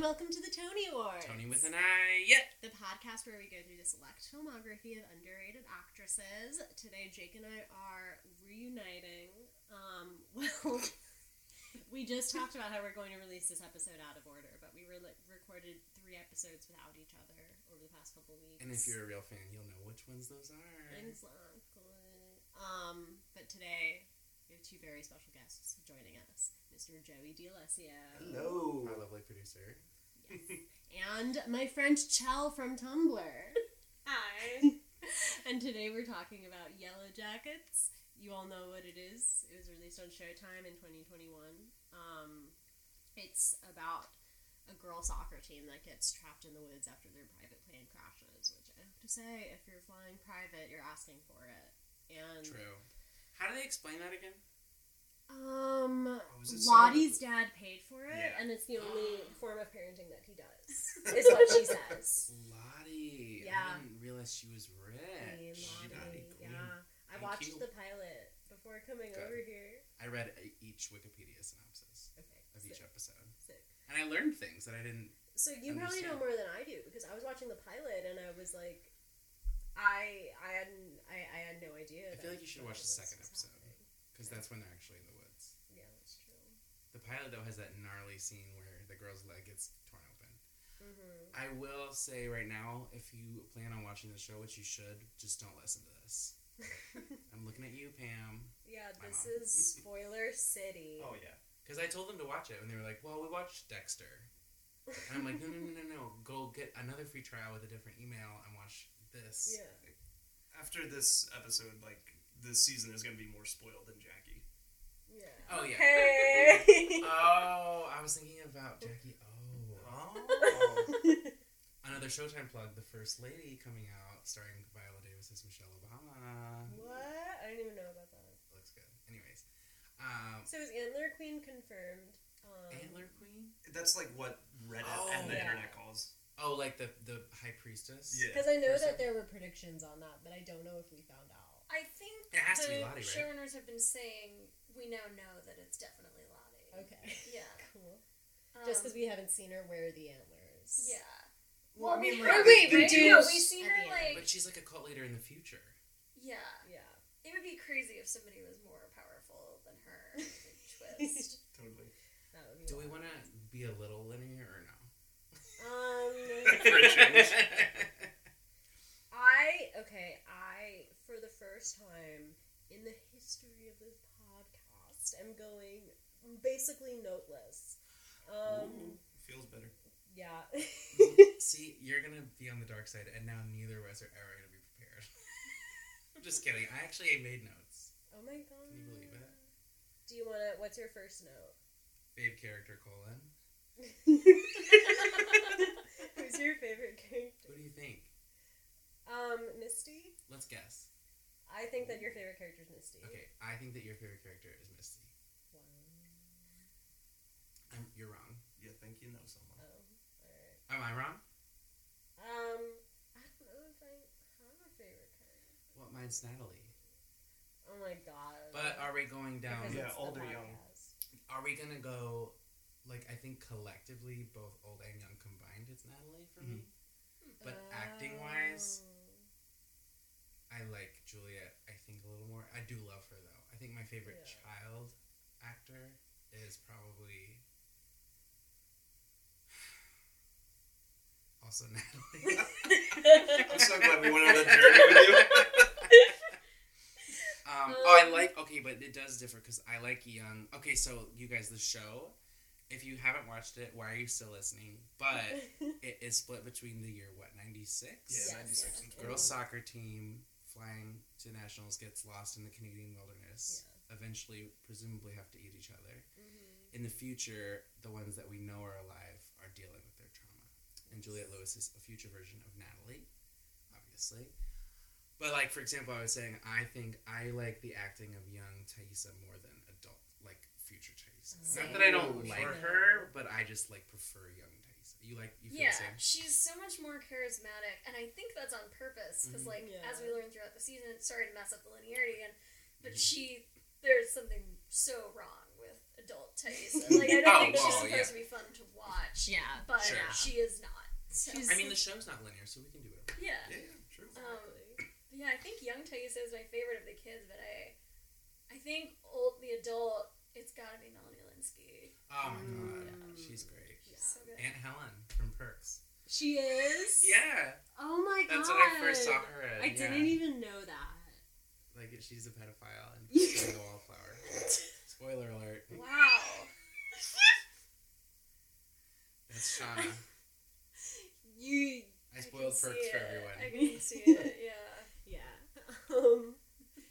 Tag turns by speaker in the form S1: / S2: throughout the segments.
S1: welcome to the Tony Awards.
S2: Tony with an eye. Yeah.
S1: The podcast where we go through the select filmography of underrated actresses. Today, Jake and I are reuniting. Um, well, we just talked about how we're going to release this episode out of order, but we were like, recorded three episodes without each other over the past couple weeks.
S2: And if you're a real fan, you'll know which ones those are.
S1: Thanks, Uncle. Um, but today we have two very special guests joining us, Mr. Joey D'Alessio.
S3: Hello.
S2: Our lovely producer.
S1: Yes. and my friend Chell from Tumblr.
S4: Hi.
S1: And today we're talking about Yellow Jackets. You all know what it is. It was released on Showtime in 2021. Um, it's about a girl soccer team that gets trapped in the woods after their private plane crashes, which I have to say, if you're flying private, you're asking for it. And
S2: True. How do they explain that again?
S1: um
S2: was it
S1: Lottie's dad paid for it,
S2: Yeah.
S1: and it's the
S4: the
S1: only
S4: only form of parenting that he does is what she says.
S2: Lottie.
S1: Yeah.
S2: I didn't realize she was rich.
S1: Hey,
S2: She got it
S1: Lottie,
S2: clean.
S1: yeah.
S2: Thank
S4: I watched
S2: you.
S4: the pilot before coming
S2: Good.
S4: over here.
S2: I read uh, each Wikipedia synopsis
S4: Okay.
S2: of each episode.
S4: Sick.
S2: And I learned things that I didn't.
S4: So you probably know
S2: Understand.
S4: more than I do because I was watching the pilot and I was like, I I had n- I, I had no idea.
S2: I
S4: that
S2: feel like you should watch the
S4: this
S2: second
S4: was
S2: episode.
S4: happening.
S2: Because that's when they're actually in the woods.
S4: Yeah, that's true.
S2: The pilot, though, has that gnarly scene where the girl's leg gets torn open.
S4: Mm-hmm.
S2: I will say right now, if you plan on watching the show, which you should, just don't listen to this. I'm looking at you, Pam.
S4: Mm-hmm. Yeah,
S2: My
S4: this
S2: mom. Oh,
S4: is spoiler city.
S3: Oh,
S2: yeah. Because I told them to watch it, and they were like, "Well, we watched Dexter," and I'm like, "No, no, no, no, no! Go get another free trial with a different email and watch this."
S4: yeah.
S3: After this episode, like this season is going to be more spoiled than Jackie.
S4: Yeah.
S2: Oh yeah.
S4: Hey.
S2: Oh, I was thinking about Jackie. Oh,
S3: Oh.
S2: another Showtime plug: The First Lady coming out, starring Viola Davis as Michelle Obama.
S4: what? I didn't even know about that.
S2: Looks good. Anyways, um,
S4: So is Antler Queen confirmed? Um,
S2: Antler Queen.
S3: That's like what Reddit
S2: Oh,
S3: and the
S4: yeah.
S3: internet calls.
S2: Oh, like the the High Priestess.
S3: Yeah.
S4: Because I know
S2: Person.
S4: that there were predictions on that, but I don't know if we found out.
S5: I think
S2: It has to be
S5: the
S2: Lottie, right?
S5: showrunners have been saying we now know that it's definitely Lottie.
S4: Okay.
S5: Yeah.
S4: Cool.
S5: Um,
S4: Just because we haven't seen her wear the antlers.
S5: Yeah.
S4: Well, I mean,
S5: we-
S4: like,
S5: or
S4: the-
S5: wait,
S4: the
S5: right? No,
S4: deuce
S5: we've seen
S4: at
S5: her
S4: the end.
S2: But
S5: like.
S2: she's like a cult leader in the future.
S5: Yeah.
S4: Yeah.
S5: It would be crazy if somebody was more powerful than her. with a twist.
S3: Totally.
S4: That would be
S2: Do we
S4: wild.
S2: want to be a little linear or no?
S4: Um.
S3: For a change.
S4: I okay. I for the first time in the history of this podcast, am going basically noteless. Um.
S3: Feels better.
S4: Yeah.
S2: See, you're gonna be on the dark side, and now neither of us are ever gonna be prepared. I'm just kidding. I actually made notes.
S4: Oh my god.
S2: you believe it?
S4: Do you want to? What's your first note?
S2: Fave character colon.
S4: Who's your favorite character?
S2: Who do you think?
S4: Um, Misty.
S2: Let's guess.
S4: I think that your favorite character is Misty.
S2: Okay, I think that your favorite character is Misty.
S4: Wow.
S2: I'm, you're wrong.
S3: You think you know someone.
S4: Oh, alright.
S2: Am I wrong?
S4: Um, I don't know if I have a favorite character.
S2: Well, mine's Natalie.
S4: Oh my god.
S2: But are we going down?
S4: Because
S3: Yeah,
S4: it's the
S3: old or young.
S4: podcast.
S2: Are we gonna go? Like I think collectively, both old and young combined, it's Natalie for me. But acting wise,
S4: Oh.
S2: I like Juliet, I think, a little more. I do love her, though. I think my favorite
S4: Yeah.
S2: child actor is probably also Natalie.
S3: I'm so glad we went on that journey with you.
S2: um, oh, I like, okay, but it does differ because I like young. Okay, so you guys, the show, if you haven't watched it, why are you still listening? But
S4: Mm-hmm.
S2: it is split between the year, what, 96?
S3: Yeah,
S4: Yes,
S3: 96 and
S4: yes.
S2: Girls soccer team flying to nationals gets lost in the Canadian wilderness. Eventually, presumably, have to eat each other.
S4: Mhm.
S2: in the future, the ones that we know are alive are dealing with their trauma. And Juliet Lewis is a future version of Natalie, obviously. But like for example, I was saying I think I like the acting of young Thaisa more than adult like future Thaisa. Not that I don't
S3: Same.
S2: like her,
S3: Sure.
S2: but I just like prefer young Thaisa. You like you feel
S5: yeah,
S2: the same?
S5: she's so much more charismatic, and I think that's on purpose because,
S2: Mhm.
S5: like,
S4: Yeah.
S5: as we learned throughout the season, it started to mess up the linearity. And but
S2: Mhm.
S5: she, there's something so wrong with adult taste. and, Like, I don't
S2: Oh,
S5: think she's
S2: well,
S5: supposed
S2: yeah.
S5: to be fun to watch.
S1: much, yeah.
S5: but
S2: Sure.
S5: she is not. So.
S1: She's-
S2: I mean, the show's not linear, so we can do it.
S5: yeah.
S2: Yeah.
S3: sure.
S5: Um, but yeah, I think young Taisa is my favorite of the kids, but I, I think old the adult, it's gotta be Melanie Linsky.
S2: Oh my god,
S1: Mm.
S2: she's great.
S5: She's
S1: Yeah.
S5: so good.
S2: Aunt Helen from Perks.
S1: She is.
S2: Yeah,
S1: Oh my god.
S2: that's what I first saw her. At.
S1: I
S2: yeah.
S1: didn't
S4: e-
S1: even know that.
S2: like she's a pedophile and she's a wallflower. Spoiler alert.
S5: wow.
S2: That's Shauna.
S1: You.
S2: I
S5: can
S2: spoiled
S5: see
S2: Perks for
S5: it.
S2: everyone.
S5: I can see it. Yeah.
S1: Yeah.
S4: Um,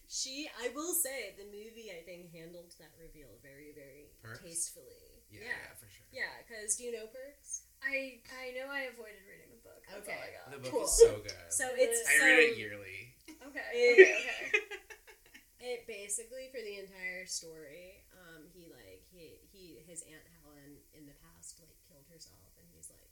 S4: she, I will say, the movie I think handled that reveal very, very
S2: Perks?
S4: tastefully.
S2: Yeah, yeah,
S4: yeah,
S2: for sure.
S4: yeah. Because do you know Perks?
S5: I I know I avoided reading the book. That's
S4: Okay.
S5: All I got.
S2: The book
S4: Cool.
S2: is so good.
S4: So it's
S2: I
S4: so,
S2: read it yearly.
S5: Okay.
S4: It-
S5: Okay. Okay.
S4: It basically for the entire story, um, he like he he his aunt Helen in the past like killed herself, and he's like,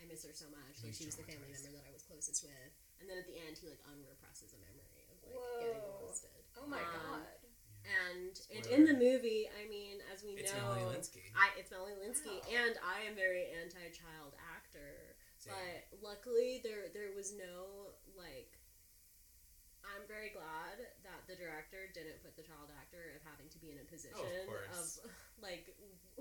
S4: I miss her so much.
S2: And he's
S4: Like she was the family
S2: traumatized.
S4: member that I was closest with, and then at the end he like unrepresses a memory of like getting
S5: Whoa.
S4: molested.
S5: Oh my
S4: Um,
S5: god.
S4: And it, in the movie, I mean, as we
S2: It's
S4: know,
S2: Melanie Linsky.
S4: I it's Melanie Linsky,
S5: Wow.
S4: and I am very anti-child actor.
S2: Same.
S4: But luckily, there there was no like. I'm very glad that the director didn't put the child actor of having to be in a position
S2: Oh, course.
S4: like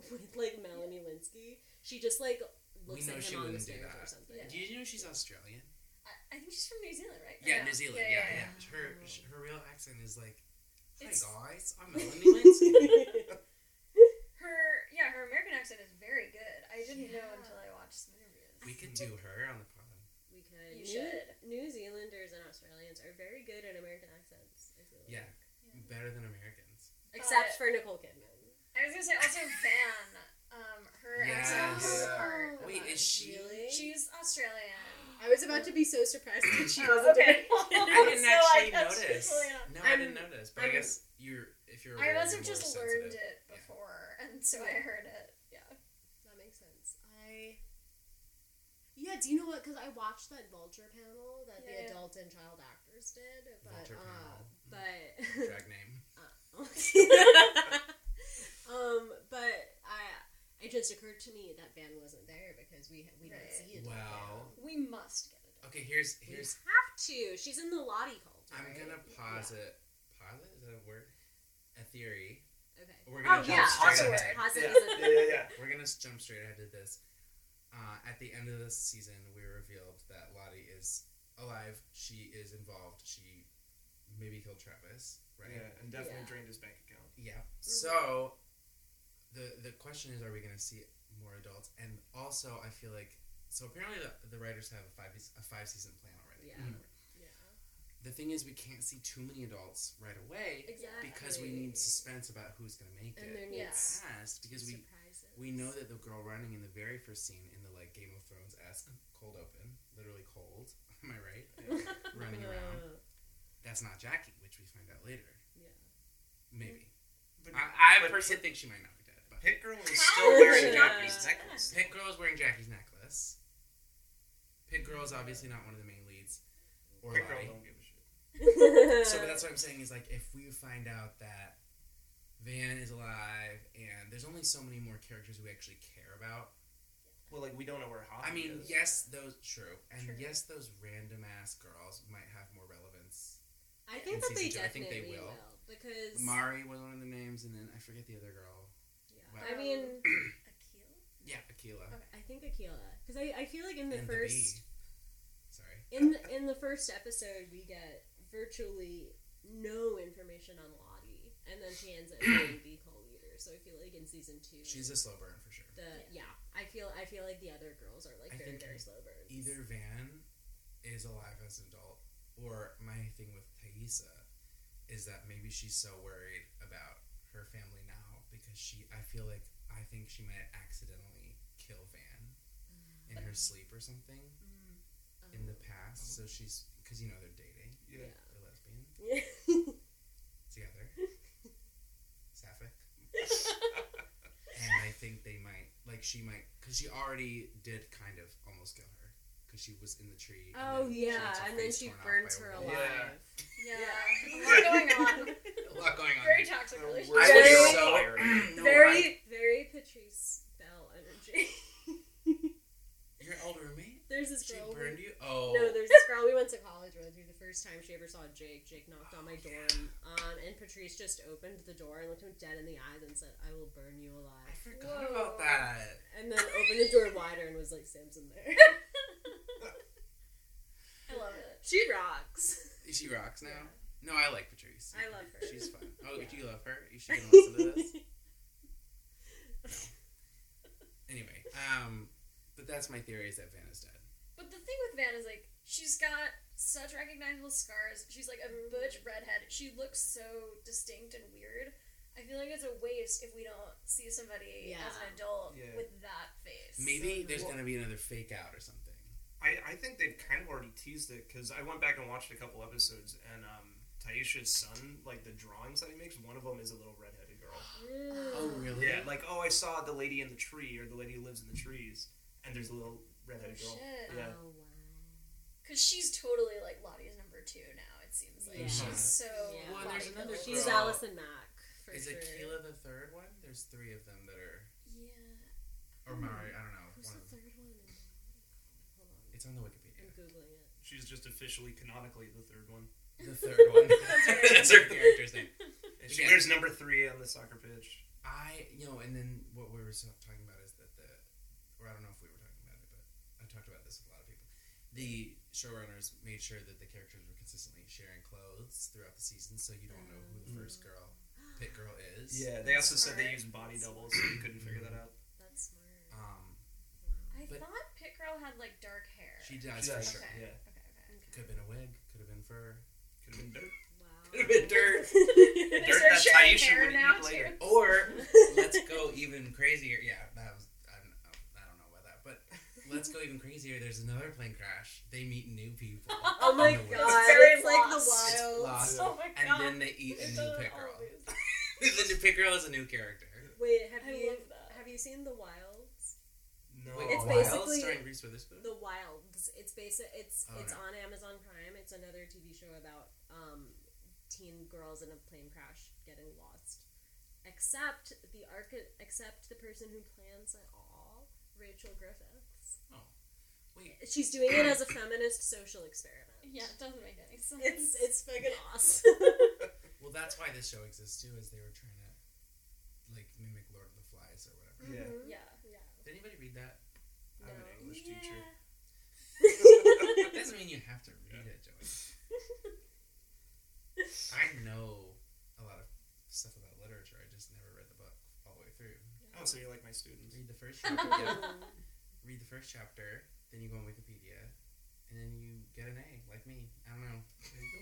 S4: with like Melanie Linsky. She just like looks
S2: know
S4: at
S2: she
S4: him on
S2: wouldn't
S4: the
S2: do
S4: stairs or
S2: that.
S4: something.
S5: Yeah.
S2: Do you know she's Australian?
S5: I, I think she's from New Zealand, right?
S2: Yeah, New Zealand. Yeah, yeah. Her
S4: Oh.
S2: sh- her real accent is like, "Hi
S5: It's-
S2: guys, I'm Melanie Linsky."
S5: Her yeah, her American accent is very good. I didn't know
S1: Yeah.
S5: until I watched some interviews.
S2: we can do her on the pod.
S4: we could. New,
S5: You should.
S4: New Zealanders and Australians are very good at American accents. I feel like.
S2: Yeah, better than Americans.
S4: Except
S5: But-
S4: for Nicole Kidman.
S5: I was gonna say also Van. Um, her accent
S2: Yes.
S5: is hard.
S2: Oh, Wait,
S5: but
S2: is she-
S4: Really?
S5: She's Australian.
S4: I was about to be so surprised that she
S5: Oh,
S4: was not
S5: okay.
S2: I didn't actually
S5: So I guess she's
S2: notice.
S5: Australian.
S2: No, I
S4: I'm-
S2: didn't notice. But I
S4: I'm-
S2: guess you're if you're.
S5: I
S2: aware,
S5: must
S2: you're
S5: have
S2: more
S5: just
S2: sensitive.
S5: learned it
S2: Yeah.
S5: before, and so I heard it. Yeah.
S4: That makes sense. I. Yeah, do you know what? Because I watched that vulture panel that
S5: Yeah.
S4: the adult and child actors did, but
S2: Vulture
S4: uh,
S2: panel.
S4: but
S2: Drag name.
S4: um, but I it just occurred to me that Van wasn't there because we we
S5: Right.
S4: didn't see it.
S2: Wow.
S5: We must get it.
S2: Okay, here's
S4: we
S2: here's.
S4: have to. She's in the Lottie cult.
S2: I'm
S4: right?
S2: gonna
S4: Yeah.
S2: posit. Posit is that a word? A theory.
S4: Okay.
S2: We're gonna
S4: oh
S2: jump
S4: yeah,
S2: straight
S4: also
S2: ahead.
S4: Hazard
S3: Yeah.
S4: is a-
S3: Yeah, yeah, yeah.
S2: We're gonna s- jump straight ahead to this. Uh, at the end of this season, we revealed that Lottie is alive. She is involved. She maybe killed Travis, right?
S3: Yeah, and definitely
S4: Yeah.
S3: drained his bank account.
S2: Yeah.
S4: Mm-hmm.
S2: So the the question is, are we going to see more adults? And also, I feel like so apparently the, the writers have a five a five season plan already.
S4: Yeah. yeah.
S2: The thing is, we can't see too many adults right away
S4: Exactly.
S2: because we need suspense about who's going to make
S4: and
S2: it
S4: there
S5: Yeah.
S4: needs
S2: fast because we
S4: surprises.
S2: we know that the girl running in the very first scene in the like Game of Thrones esque cold open, literally cold. Am I right? running around. That's not Jackie, which we find out later.
S4: Yeah.
S2: Maybe.
S3: But,
S2: I, I
S3: but
S2: personally think she might not be dead. But
S3: Hit Girl is
S5: How
S3: still
S4: is it?
S3: wearing Japanese necklace.
S2: Pit Girl is wearing Jackie's necklace. Pit Girl is obviously not one of the main leads. Or
S3: Hit Girl
S2: Lottie.
S3: don't give a shit.
S2: So but that's what I'm saying is like if we find out that Van is alive and there's only so many more characters we actually care about.
S3: Well, like we don't know where Hobby
S2: I mean,
S3: is.
S2: yes, those true. And
S5: True.
S2: yes, those random ass girls might have more relevance.
S4: I think
S2: In
S4: that they
S2: season two, I think
S4: definitely
S2: they
S4: will.
S2: will.
S4: because
S2: Mari was one of the names and then I forget the other girl.
S4: yeah. I mean,
S5: Akil?
S2: Yeah, Akila.
S5: Okay.
S4: I think Akila because I, I feel like in the
S2: and
S4: first
S2: the bee. Sorry.
S4: in the, in the first episode we get virtually no information on Lottie, and then she ends up being the cult leader. So I feel like in season two,
S2: She's a slow burn for sure.
S4: the yeah. I feel I feel like the other girls are like
S2: I
S4: very
S2: think
S4: very slow burns.
S2: either Van is alive as an adult, or my thing with Thaisa is that maybe she's so worried about her family now because she, I feel like, I think she might accidentally kill Van in her sleep or something
S4: Um,
S2: in the past. So she's, because you know they're dating,
S3: Yeah.
S2: they're lesbian
S4: yeah.
S2: together. Sapphic. and I think they might, like, she might, because she already did kind of almost kill her. Because she was in the tree. and
S4: oh
S2: then she
S4: yeah,
S2: gets her
S4: and then
S2: face
S4: she
S2: torn off
S4: burns
S2: by a
S4: her
S2: wolf.
S4: alive.
S3: Yeah.
S5: Yeah.
S4: Yeah.
S5: A lot going on.
S2: A lot going on.
S5: Very
S2: there.
S5: toxic
S3: The
S5: relationship.
S3: worst
S4: Very-
S3: serial killer.
S2: no,
S4: very very Patrice Bell energy. this
S2: She
S4: girl.
S2: burned you? Oh.
S4: No, there's this girl we went to college with who the first time she ever saw Jake, Jake knocked on my door um, and Patrice just opened the door and looked him dead in the eyes and said, I will burn you
S2: I
S4: alive.
S2: forgot
S5: Whoa.
S2: about that.
S4: And then opened the door wider and was like, Samson there.
S5: I love it.
S4: she rocks.
S2: She rocks now. No,
S4: Yeah.
S2: I like Patrice.
S4: I love her.
S2: She's fun. Oh,
S4: Yeah.
S2: do you love her? Is she gonna listen to this? Anyway, um, but that's my theory is that Vanna's dead.
S5: But the thing with Van is like she's got such recognizable scars. She's like a butch redhead. She looks so distinct and weird. I feel like it's a waste if we don't see somebody as
S4: Yeah.
S5: an adult
S3: Yeah.
S5: with that face.
S2: Maybe there's
S3: Well-
S2: gonna be another fake out or something.
S3: I, I think they've kind of already teased it because I went back and watched a couple episodes, and um, Taisha's son, like the drawings that he makes, one of them is a little redheaded girl.
S2: Oh, really?
S3: Yeah, like oh, I saw the lady in the tree or the lady who lives in the trees, and there's a little redheaded
S5: Oh,
S3: girl.
S5: shit.
S3: Yeah.
S4: Oh, wow.
S5: Because she's totally like Lottie's number two now, it seems like.
S4: Yeah.
S5: She's so.
S4: Yeah. Well,
S2: and there's
S5: bodybuilder.
S2: another
S4: She's
S2: girl.
S4: Allison Mack. For
S2: is
S4: sure.
S2: it Kayla the third one? There's three of them that are,
S5: Yeah.
S2: or Mari. I don't know.
S4: Who's
S2: One
S4: the
S2: of them.
S4: third one? Hold on.
S2: It's on the Wikipedia.
S4: I'm Googling it.
S3: She's just officially canonically the third one.
S2: The third one.
S5: right.
S2: That's her character's name.
S3: And she
S2: Yeah.
S3: wears number three on the soccer pitch.
S2: I, you know, and then what we were so- talking about is that the, or I don't know if we were talking about it, but I talked about this with a lot of people. The showrunners made sure that the characters were consistently sharing clothes throughout the season, so you don't know who the
S3: Mm.
S2: first girl, pit girl is.
S3: Yeah, they also said they
S5: Smart.
S3: use body doubles, so you couldn't figure that out.
S4: That's smart.
S2: Um,
S5: I
S2: But-
S5: thought Pit Girl had like dark hair.
S2: she does
S3: She
S2: for
S3: does.
S2: sure.
S5: Okay.
S3: Yeah.
S5: Okay, okay.
S2: Could have been a wig. Could have been fur.
S3: Could have been dirt.
S4: Wow.
S2: Could've been dirt.
S5: They
S3: Dirt
S5: start
S3: that
S5: sharing
S3: Taisha
S5: hair
S3: would eat
S5: now,
S3: later.
S5: too.
S2: Or let's go even crazier. Yeah, that was. I don't, know, I don't know about that, but let's go even crazier. There's another plane crash. They meet new people.
S4: Oh my
S2: in
S4: god,
S2: the woods.
S5: very
S4: it's like the
S5: lost.
S2: It's
S4: wild.
S2: lost.
S5: Oh my
S2: And
S5: god.
S2: then they eat a
S5: It's
S2: new
S5: all
S2: pit girl.
S5: these.
S2: the new pit girl is a new character.
S4: Wait, have
S5: I
S4: you
S5: love that.
S4: have you seen the Wilds?
S3: No.
S2: Wait,
S4: It's
S2: Wild
S4: basically-
S2: starring Reese Witherspoon.
S4: The Wilds. It's basic. It's
S2: Oh,
S4: it's
S2: no.
S4: on Amazon Prime. It's another TV show about um, teen girls in a plane crash getting lost. Except the archi- except the person who plans it all, Rachel Griffiths.
S2: Oh, wait.
S4: She's doing it as a feminist social experiment.
S5: Yeah, it doesn't make any sense.
S4: It's it's fucking awesome.
S2: Well, that's why this show exists too, is they were trying to like mimic Lord of the Flies or whatever.
S3: Yeah.
S4: Mhm.
S5: yeah.
S4: Yeah.
S2: Did anybody read that?
S3: I'm an
S4: No.
S3: English teacher.
S2: That doesn't mean you have to read it, Joey. I know a lot of stuff about literature. I just never read the book all the way through.
S3: Oh, so you're like my students.
S2: Read the first chapter. yeah. Read the first chapter, then you go on Wikipedia, and then you get an A, like me. I don't know.
S3: There you go.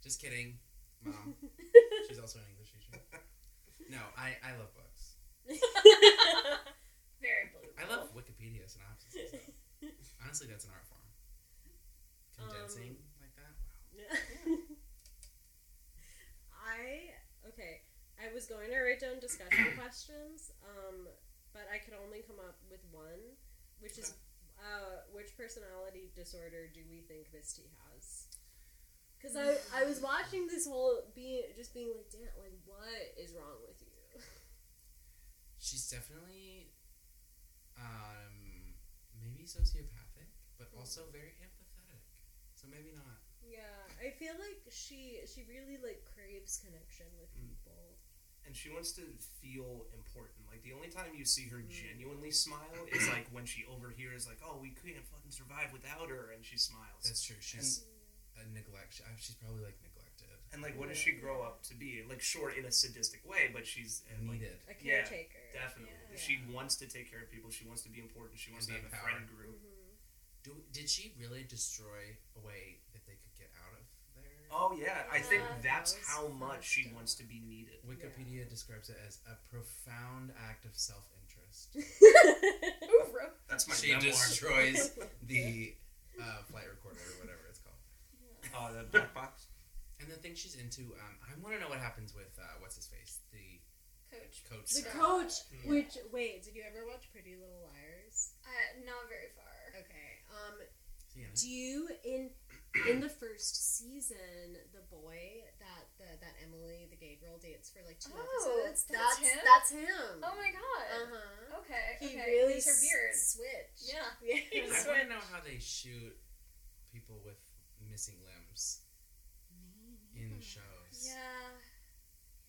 S2: Just kidding, mom. She's also an English teacher. No, I, I love books.
S5: Very blue.
S2: I love Wikipedia synopsis. Though. Honestly, that's an art form. Condensing like that. Wow.
S4: I okay. I was going to write down discussion questions, um, but I could only come up with one, which is uh, which personality disorder do we think Misty has? Because I I was watching this whole being just being like, damn, like what is wrong with you?
S2: She's definitely, um, maybe sociopathic, but also very empathetic. So maybe not.
S4: Yeah, I feel like she she really like craves connection with
S3: Mm.
S4: people.
S3: and she wants to feel important. Like the only time you see
S4: Mm.
S3: her genuinely smile is like when she overhears like, "Oh, we couldn't fucking survive without her," and she smiles.
S2: That's true. She's a neglect. uh, She's probably like neglected,
S3: and like, what does she grow up to be? Like, sure, in a sadistic way, but she's uh, like,
S2: needed.
S4: A
S3: Yeah,
S4: caretaker.
S3: definitely.
S5: Yeah.
S3: She wants to take care of people. She wants to be important. She wants to
S2: And
S3: have
S2: be
S3: a
S2: empowered.
S3: friend group.
S4: Mhm.
S2: Do, did she really destroy a way that they could get out of there?
S3: Oh yeah, I think
S5: Yeah,
S3: that's
S4: that was
S3: how much
S4: fucked
S3: she
S4: up.
S3: wants to be needed.
S2: Wikipedia describes it as a profound act of self-interest.
S4: Mm-hmm.
S5: Ooh, bro.
S3: That's my
S2: she
S3: memoir.
S2: destroys the uh, flight recorder or whatever it's called. Uh,
S3: Oh, the black box.
S2: And the thing she's into, um, I want to know what happens with uh, what's his face, the
S5: Coach.
S2: coach.
S4: The
S2: Scott.
S4: coach,
S3: Mm.
S4: which wait, did you ever watch Pretty Little Liars?
S5: Uh, not very far.
S4: Okay. Um,
S2: Is he in it?
S4: do you in in the first season, the boy that the, that Emily, the gay girl, dates for like two
S5: Oh,
S4: episodes.
S5: that's
S4: that's
S5: him?
S4: that's him.
S5: Oh my god.
S4: Uh huh.
S5: Okay.
S4: He
S5: okay.
S4: really
S5: He's her beard.
S4: s- switched.
S5: Yeah.
S4: Yeah.
S2: I want to know how they shoot people with missing limbs in
S3: Mm-hmm.
S2: shows.
S5: Yeah.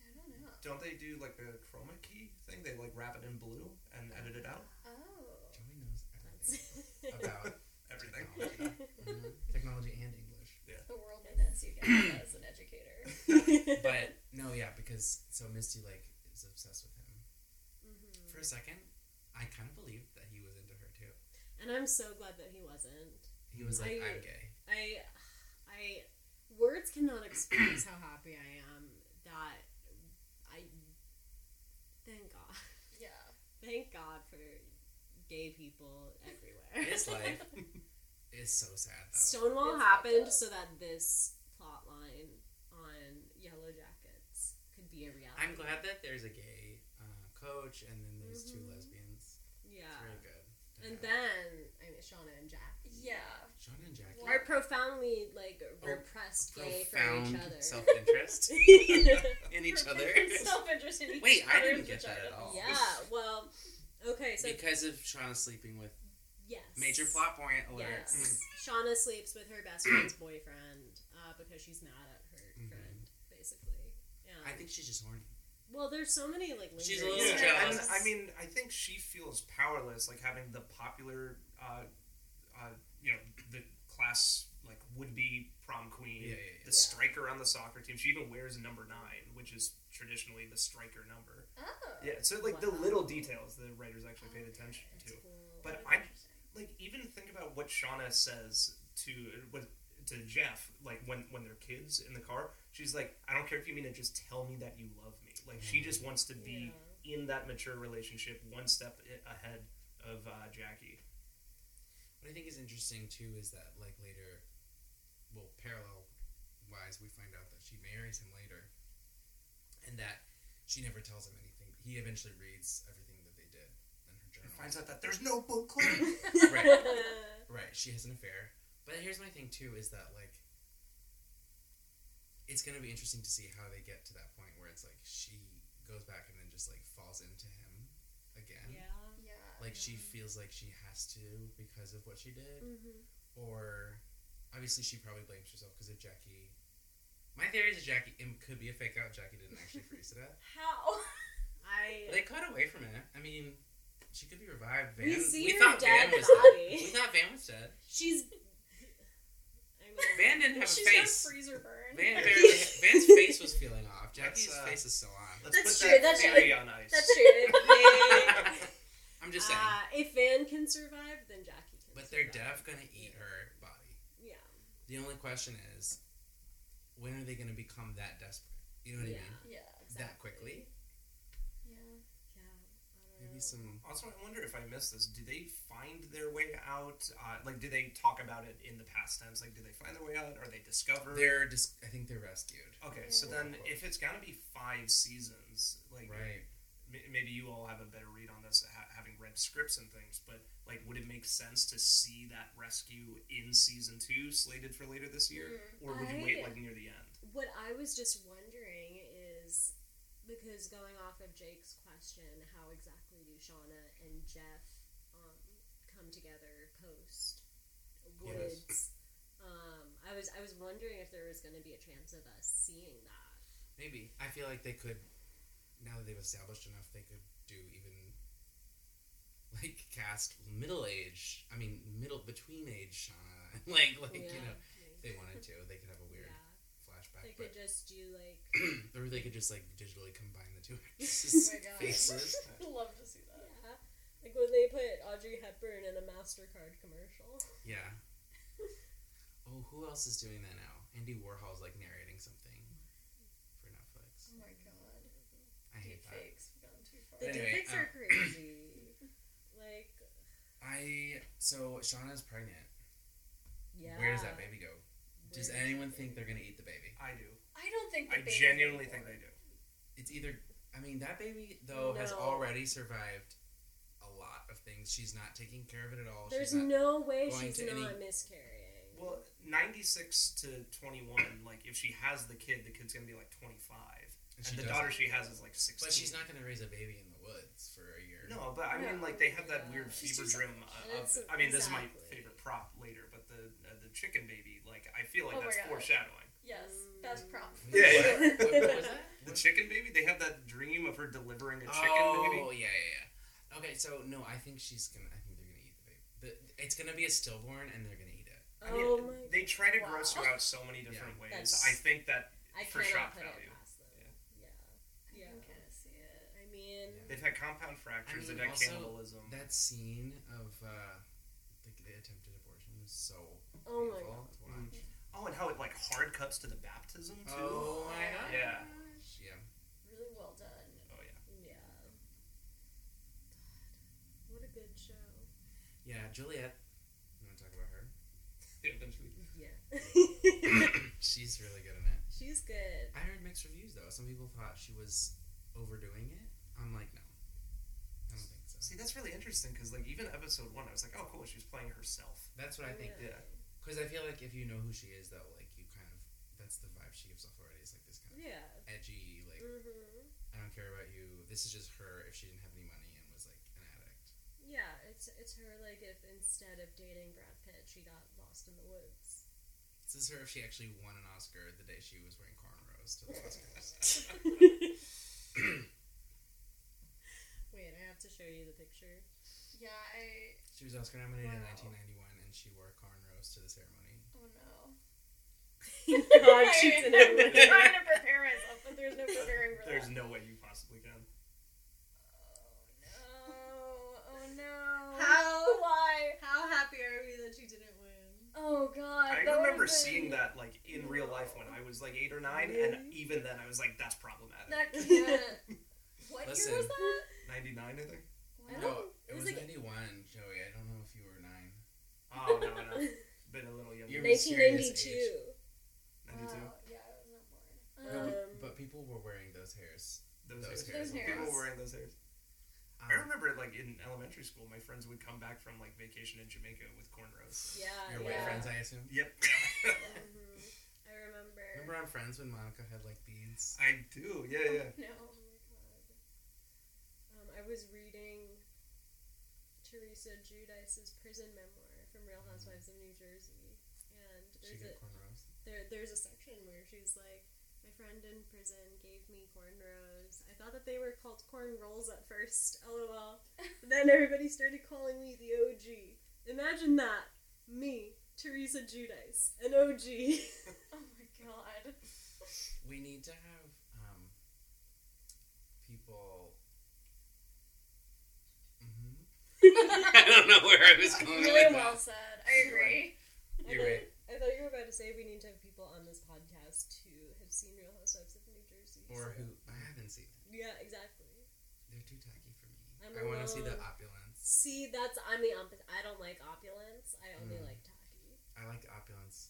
S5: I don't know.
S3: Don't they do like the chroma key thing? They like wrap it in blue and edit it out.
S5: Oh.
S2: Joey knows everything about
S3: Everything.
S2: technology. Mhm. Technology and English.
S5: The world presents you guys as an educator.
S4: Mm-hmm.
S2: But no, yeah, because so Misty like is obsessed with him.
S4: Mhm.
S2: For a second, I kind of believed that he was into her too.
S4: And I'm so glad that he wasn't.
S2: He was like,
S4: I-
S2: "I'm gay."
S4: I, I, words cannot express how happy I am that I. Thank God.
S5: Yeah.
S4: Thank God for gay people everywhere.
S2: His life is so sad though.
S4: Stonewall
S5: It's fucked
S4: happened
S5: up.
S4: so that this plot line on Yellow Jackets could be a reality.
S2: I'm glad that there's a gay uh, coach, and then there's two
S4: Mhm.
S2: lesbians.
S4: Yeah.
S2: It's really good. to
S4: And
S2: have.
S4: then I mean, Shauna and Jack
S5: Yeah.
S2: Sean and Jackie
S4: are profoundly like repressed gay for each
S2: Oh, profound
S4: other.
S2: self-interest in each other.
S5: Self-interest in each
S2: Wait, I
S5: other's
S2: didn't get that
S5: vagina.
S2: at all.
S4: yeah. Well. Okay. So
S2: because of Shauna sleeping with
S4: yes.
S2: major plot Mm. point alert.
S4: Yes. Shauna sleeps with her best friend's boyfriend uh, because she's mad at her
S2: Mhm.
S4: friend, basically. Yeah.
S2: I think she's just horny.
S4: well, there's so many like.
S2: She's a
S4: lingering
S2: little
S4: threads.
S2: jealous.
S3: I mean, I think she feels powerless, like having the popular, uh, uh, you know, the class like would be prom queen,
S2: Yeah, yeah, yeah.
S3: the striker on the soccer team. She even wears number nine, which is traditionally the striker number.
S5: Oh.
S3: Yeah, so like the
S4: Wow.
S3: little details the writers actually paid attention
S4: That's
S3: to.
S4: cool.
S3: But
S5: That's
S3: I
S5: interesting.
S3: like even think about what Shauna says to what to Jeff like when when they're kids in the car. She's like, I don't care if you mean it, just tell me that you love me. Like she just wants to be in that mature relationship one step i- ahead of uh, Jackie.
S2: What I think is interesting too is that like later, well, parallel wise, we find out that she marries him later, and that she never tells him anything. He eventually reads everything that they did in her
S3: And
S2: journal.
S3: finds out that there's no book club.
S2: right, right. She has an affair. But here's my thing too is that like, it's gonna be interesting to see how they get to that point where it's like she goes back and then just like falls into him again.
S4: Yeah.
S5: Yeah.
S2: Like she feels like she has to because of what she did
S4: Mhm.
S2: or obviously she probably blames herself because if Jackie, my theory is that Jackie it could be a fake out. Jackie didn't actually freeze to death.
S5: How?
S4: I.
S2: They cut away from it. I mean, she could be revived. Van,
S4: we see her
S2: thought
S4: dead
S2: Van was
S4: body.
S2: We thought Van was dead.
S4: She's. I mean,
S2: Van didn't have
S5: She's
S2: a
S5: got
S2: face.
S5: freezer burn.
S2: Van barely, Van's face was feeling off.
S3: That's,
S2: Jackie's
S3: uh,
S2: face is still on.
S3: Let's
S5: That's
S3: put
S5: true,
S3: that
S5: that's
S3: theory
S5: true.
S3: on ice.
S5: That's true.
S4: they-
S2: I'm just saying.
S4: Uh, if Van can survive, then Jackie can.
S2: But they're
S4: survive.
S2: def gonna eat her body.
S4: Yeah.
S2: The only question is, when are they gonna become that desperate? You know what
S4: yeah.
S2: I mean?
S5: Yeah.
S2: That quickly?
S5: Yeah.
S4: Yeah. I don't
S2: Maybe
S4: know.
S2: some.
S3: Also, I wonder if I missed this. Do they find their way out? Uh, like, do they talk about it in the past tense? Like, do they find their way out? Are they discovered?
S2: They're just. I think they're rescued.
S3: Okay, so
S5: Yeah.
S3: then if it's gonna be five seasons, like
S2: Right.
S3: m- maybe you all have a better read on this, ha- having read scripts and things. But like, would it make sense to see that rescue in season two, slated for later this year,
S5: Mhm.
S3: or would you
S4: I-
S3: wait like near the end?
S4: What I was just wondering is because going off of Jake's question, how exactly do Shauna and Jeff um, come together post Woods? Um, I was I was wondering if there was going to be a chance of us seeing that.
S2: Maybe. I feel like they could, now that they've established enough, they could do even like cast middle age. I mean, middle between age Shauna. like, like you know, if they wanted to, they could have a weird
S4: yeah. They
S2: flashback.
S4: could
S2: But,
S4: just do like
S2: or they could just like digitally combine the two
S5: Oh
S2: actresses'
S5: my god.
S2: faces.
S5: I'd love to see that.
S4: yeah, like when they put Audrey Hepburn in a Mastercard commercial.
S2: Yeah. Oh, who else is doing that now? Andy Warhol's like narrating something for Netflix.
S5: Oh my god.
S2: I hate
S5: Deep
S2: that.
S5: fakes. We've gone too far.
S4: The
S2: Anyway, uh,
S4: deepfakes are crazy. like
S2: I so Shauna's pregnant.
S4: yeah.
S2: Where does that baby go? Does
S4: Where-
S2: anyone think they're gonna eat the baby?
S3: I do.
S5: I don't think.
S3: I
S5: that they
S3: genuinely think they
S5: anymore.
S3: do.
S2: It's either I mean that baby though has
S4: No.
S2: already survived a lot of things. She's not taking care of it at all.
S4: There's
S2: she's not,
S4: no way
S2: going
S4: she's
S2: to
S4: not
S2: any-
S4: miscarrying.
S3: Well, 96 to 21, like, if she has the kid, the kid's going to be like 25. And,
S2: she
S3: the
S2: does-
S3: daughter she has is like 16.
S2: But she's not going to raise a baby in the woods for a year.
S3: No, but I mean,
S4: No.
S3: like they have that weird
S5: She's
S3: fever
S5: too
S3: dream.
S4: selfish.
S3: Of,
S4: That's-
S3: I mean, this is my
S1: exactly.
S3: favorite prop later, but the uh, the chicken baby. Like, I feel like
S5: Oh my
S3: that's
S5: God.
S3: foreshadowing.
S5: Yes, that's prop.
S3: Yeah, yeah.
S2: What, what- what was that?
S3: The chicken baby. They have that dream of her delivering a chicken baby.
S2: Oh yeah, yeah, yeah. Okay, so no, I think she's gonna. I think they're gonna eat the baby. The, it's gonna be a stillborn, and they're gonna eat it.
S3: I mean,
S4: Oh my.
S3: they try to gross
S1: Wow.
S3: you out so many different ways.
S4: That's-
S3: I think that
S1: I
S3: For
S1: cannot
S3: shock
S1: put
S3: value.
S1: it past them.
S4: Yeah.
S5: I can kind of see it.
S4: I mean,
S2: Yeah.
S3: they've had compound fractures,
S2: I mean,
S3: they've had
S2: also,
S3: cannibalism.
S2: That scene of uh, the, the attempted abortion was so
S4: oh my
S2: painful
S4: god.
S2: to watch.
S3: Oh, and how it like hard cuts to the baptism too.
S2: Oh my gosh.
S3: Yeah.
S2: Yeah.
S5: Really well done.
S3: Oh, yeah.
S5: Yeah.
S4: What a good show.
S2: Yeah. Juliet. You want to talk about her?
S3: Yeah, eventually.
S4: Yeah.
S2: She's really good in it.
S4: She's good.
S2: I heard mixed reviews though. Some people thought she was overdoing it. I'm like, no. I don't think so.
S3: See, that's really interesting because like even episode one, I was like, oh cool, she's playing herself.
S2: That's what I think.
S3: Yeah.
S2: Because I feel like if you know who she is, though, like you kind of that's the vibe she gives off already. It's like this kind of
S4: Yeah.
S2: edgy, like
S3: Mm.
S4: Mm-hmm.
S2: I don't care about you. This is just her. If she didn't have any money and was like an addict,
S4: Yeah, it's it's her like if instead of dating Brad Pitt, she got lost in the woods.
S2: this is her. If she actually won an Oscar the day she was wearing cornrows to the Oscars.
S4: Wait, I have to show you the picture.
S5: Yeah, I.
S2: she was Oscar nominated
S5: Wow.
S2: in 1991, and she wore cornrows to the ceremony.
S5: Oh no.
S4: God, she's in
S5: I'm
S4: it.
S5: trying to prepare myself, but there's no preparing for
S3: There's
S5: that.
S3: no way you possibly can.
S5: Oh no. Oh no.
S1: How-
S5: Why?
S1: How happy are we that she didn't win?
S5: Oh god.
S3: I
S5: that
S3: remember
S5: would've
S3: seeing
S5: been-
S3: that like in real life when I was like eight or nine, and
S4: Really?
S3: even then I was like, that's problematic.
S5: That can't. What
S2: Listen.
S5: year was that?
S3: Ninety nine, I think.
S4: I
S5: Wow.
S4: don't-
S2: it
S4: it was
S2: was
S4: like-
S2: 91, Joey. I don't know if you were nine.
S3: Oh no, no, been a little younger.
S2: You're-
S3: Ninety two.
S5: Wow, Yeah, I was not Uh, born.
S2: No,
S4: Um,
S2: but- but people were wearing those hairs.
S3: Those,
S2: Those
S3: hairs.
S2: hairs. Those
S3: People
S5: hairs.
S3: were wearing those hairs.
S5: Oh
S3: I
S2: Um,
S3: remember like in elementary school, my friends would come back from like vacation in Jamaica with cornrows.
S4: Yeah.
S2: your
S4: yeah.
S2: white
S5: yeah.
S2: friends, I assume.
S3: Yep.
S4: Mhm. I remember.
S2: Remember on Friends when Monica had like beads?
S3: I do. Yeah, yeah.
S5: No.
S4: Oh my god. Um, I was reading Teresa Judice's prison memoir from Real Housewives of New Jersey, and
S2: She
S4: there's a
S2: got cornrows.
S4: there, there's a section where she's like, my friend in prison gave me cornrows. I thought that they were called corn rolls at first. LOL. But then everybody started calling me the OG. Imagine that. Me, Teresa Judice, an OG.
S5: Oh my god.
S2: We need to have um, people. hmm I don't know where I was going
S5: Really
S2: with
S5: well
S2: that.
S5: said. I agree.
S2: You're right.
S4: I thought you were about to say we need to have people on this podcast who have seen Real Housewives of New Jersey.
S2: Or
S4: so-
S2: who I haven't seen them.
S4: Yeah, exactly.
S2: They're too tacky for me.
S4: I'm
S2: I want to see the
S4: alone.
S2: opulence.
S4: See, that's I'm the opposite. I don't like opulence. I only
S2: Mm.
S4: like tacky.
S2: I like opulence.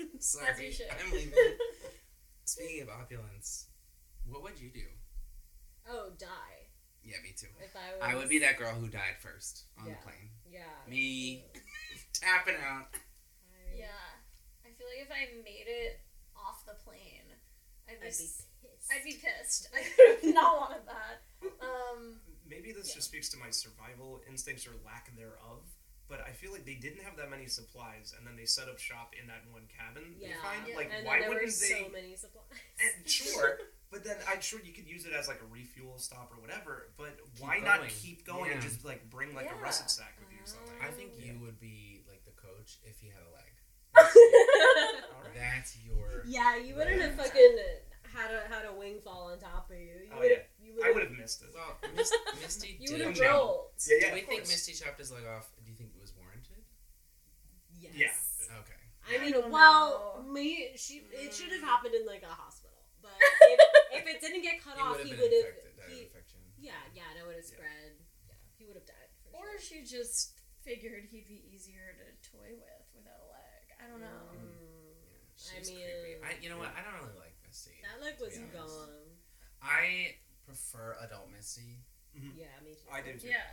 S5: As you
S2: Sorry,
S5: should.
S2: I'm leaving. Speaking of opulence, what would you do?
S4: oh, die.
S2: Yeah, me too.
S4: If I
S2: I
S4: was,
S2: would be that girl who died first on
S4: Yeah.
S2: the plane.
S4: Yeah.
S2: Me. Tapping out.
S4: I,
S5: Yeah. I feel like if I made it off the plane, I'd
S4: I'd
S5: be,
S4: be
S5: s-
S4: pissed.
S5: I'd be pissed. I would have not wanted that. Um,
S3: Maybe this
S5: Yeah.
S3: just speaks to my survival instincts or lack thereof. But I feel like they didn't have that many supplies, and then they set up shop in that one cabin. They
S4: Yeah.
S3: find
S5: Yeah.
S3: like
S4: and
S3: why
S4: then there were
S3: wouldn't they?
S4: so many supplies.
S3: And sure, but then I'm sure you could use it as like a refuel stop or whatever. But why not
S2: going.
S3: keep going and
S2: Yeah.
S3: just like bring like
S5: Yeah.
S3: a russet sack with you or something?
S2: I think you
S3: Yeah.
S2: would be like the coach if he had a leg.
S3: All right.
S2: That's your.
S4: yeah, you wouldn't have
S5: Yeah.
S4: fucking had a had a wing fall on top of you. You
S3: Oh,
S4: would have.
S3: yeah.
S4: You
S3: I would
S4: would have.
S3: have missed it.
S2: Well, Mis- Misty
S4: You
S2: did.
S4: would have
S3: Yeah.
S4: rolled.
S3: Yeah, yeah.
S2: Do we
S3: of
S2: think
S3: course.
S2: Misty chopped his leg off? Do you think it was warranted?
S4: Yes.
S3: Yeah.
S2: Okay.
S4: I mean,
S5: don't
S4: well,
S5: know.
S4: me, she, it
S5: Mm.
S4: should have happened in like a hospital, but if, if it didn't get cut
S2: He
S4: off,
S2: would have
S4: he
S2: been
S4: would have.
S2: infected. Died of
S4: he-
S2: infection.
S4: Yeah, yeah, that would have
S3: Yeah.
S4: spread. Yeah, he would have died. For sure.
S5: or she just figured he'd be easier to toy with without a leg. I don't know.
S4: Mm,
S2: Yeah, she
S4: I
S2: was
S4: mean,
S2: creepy. I, you know what? I don't really like Misty.
S4: that leg was
S2: To be honest.
S4: gone.
S2: I prefer adult Misty
S3: Mhm.
S4: Yeah, me too.
S3: I do too.
S5: Yeah.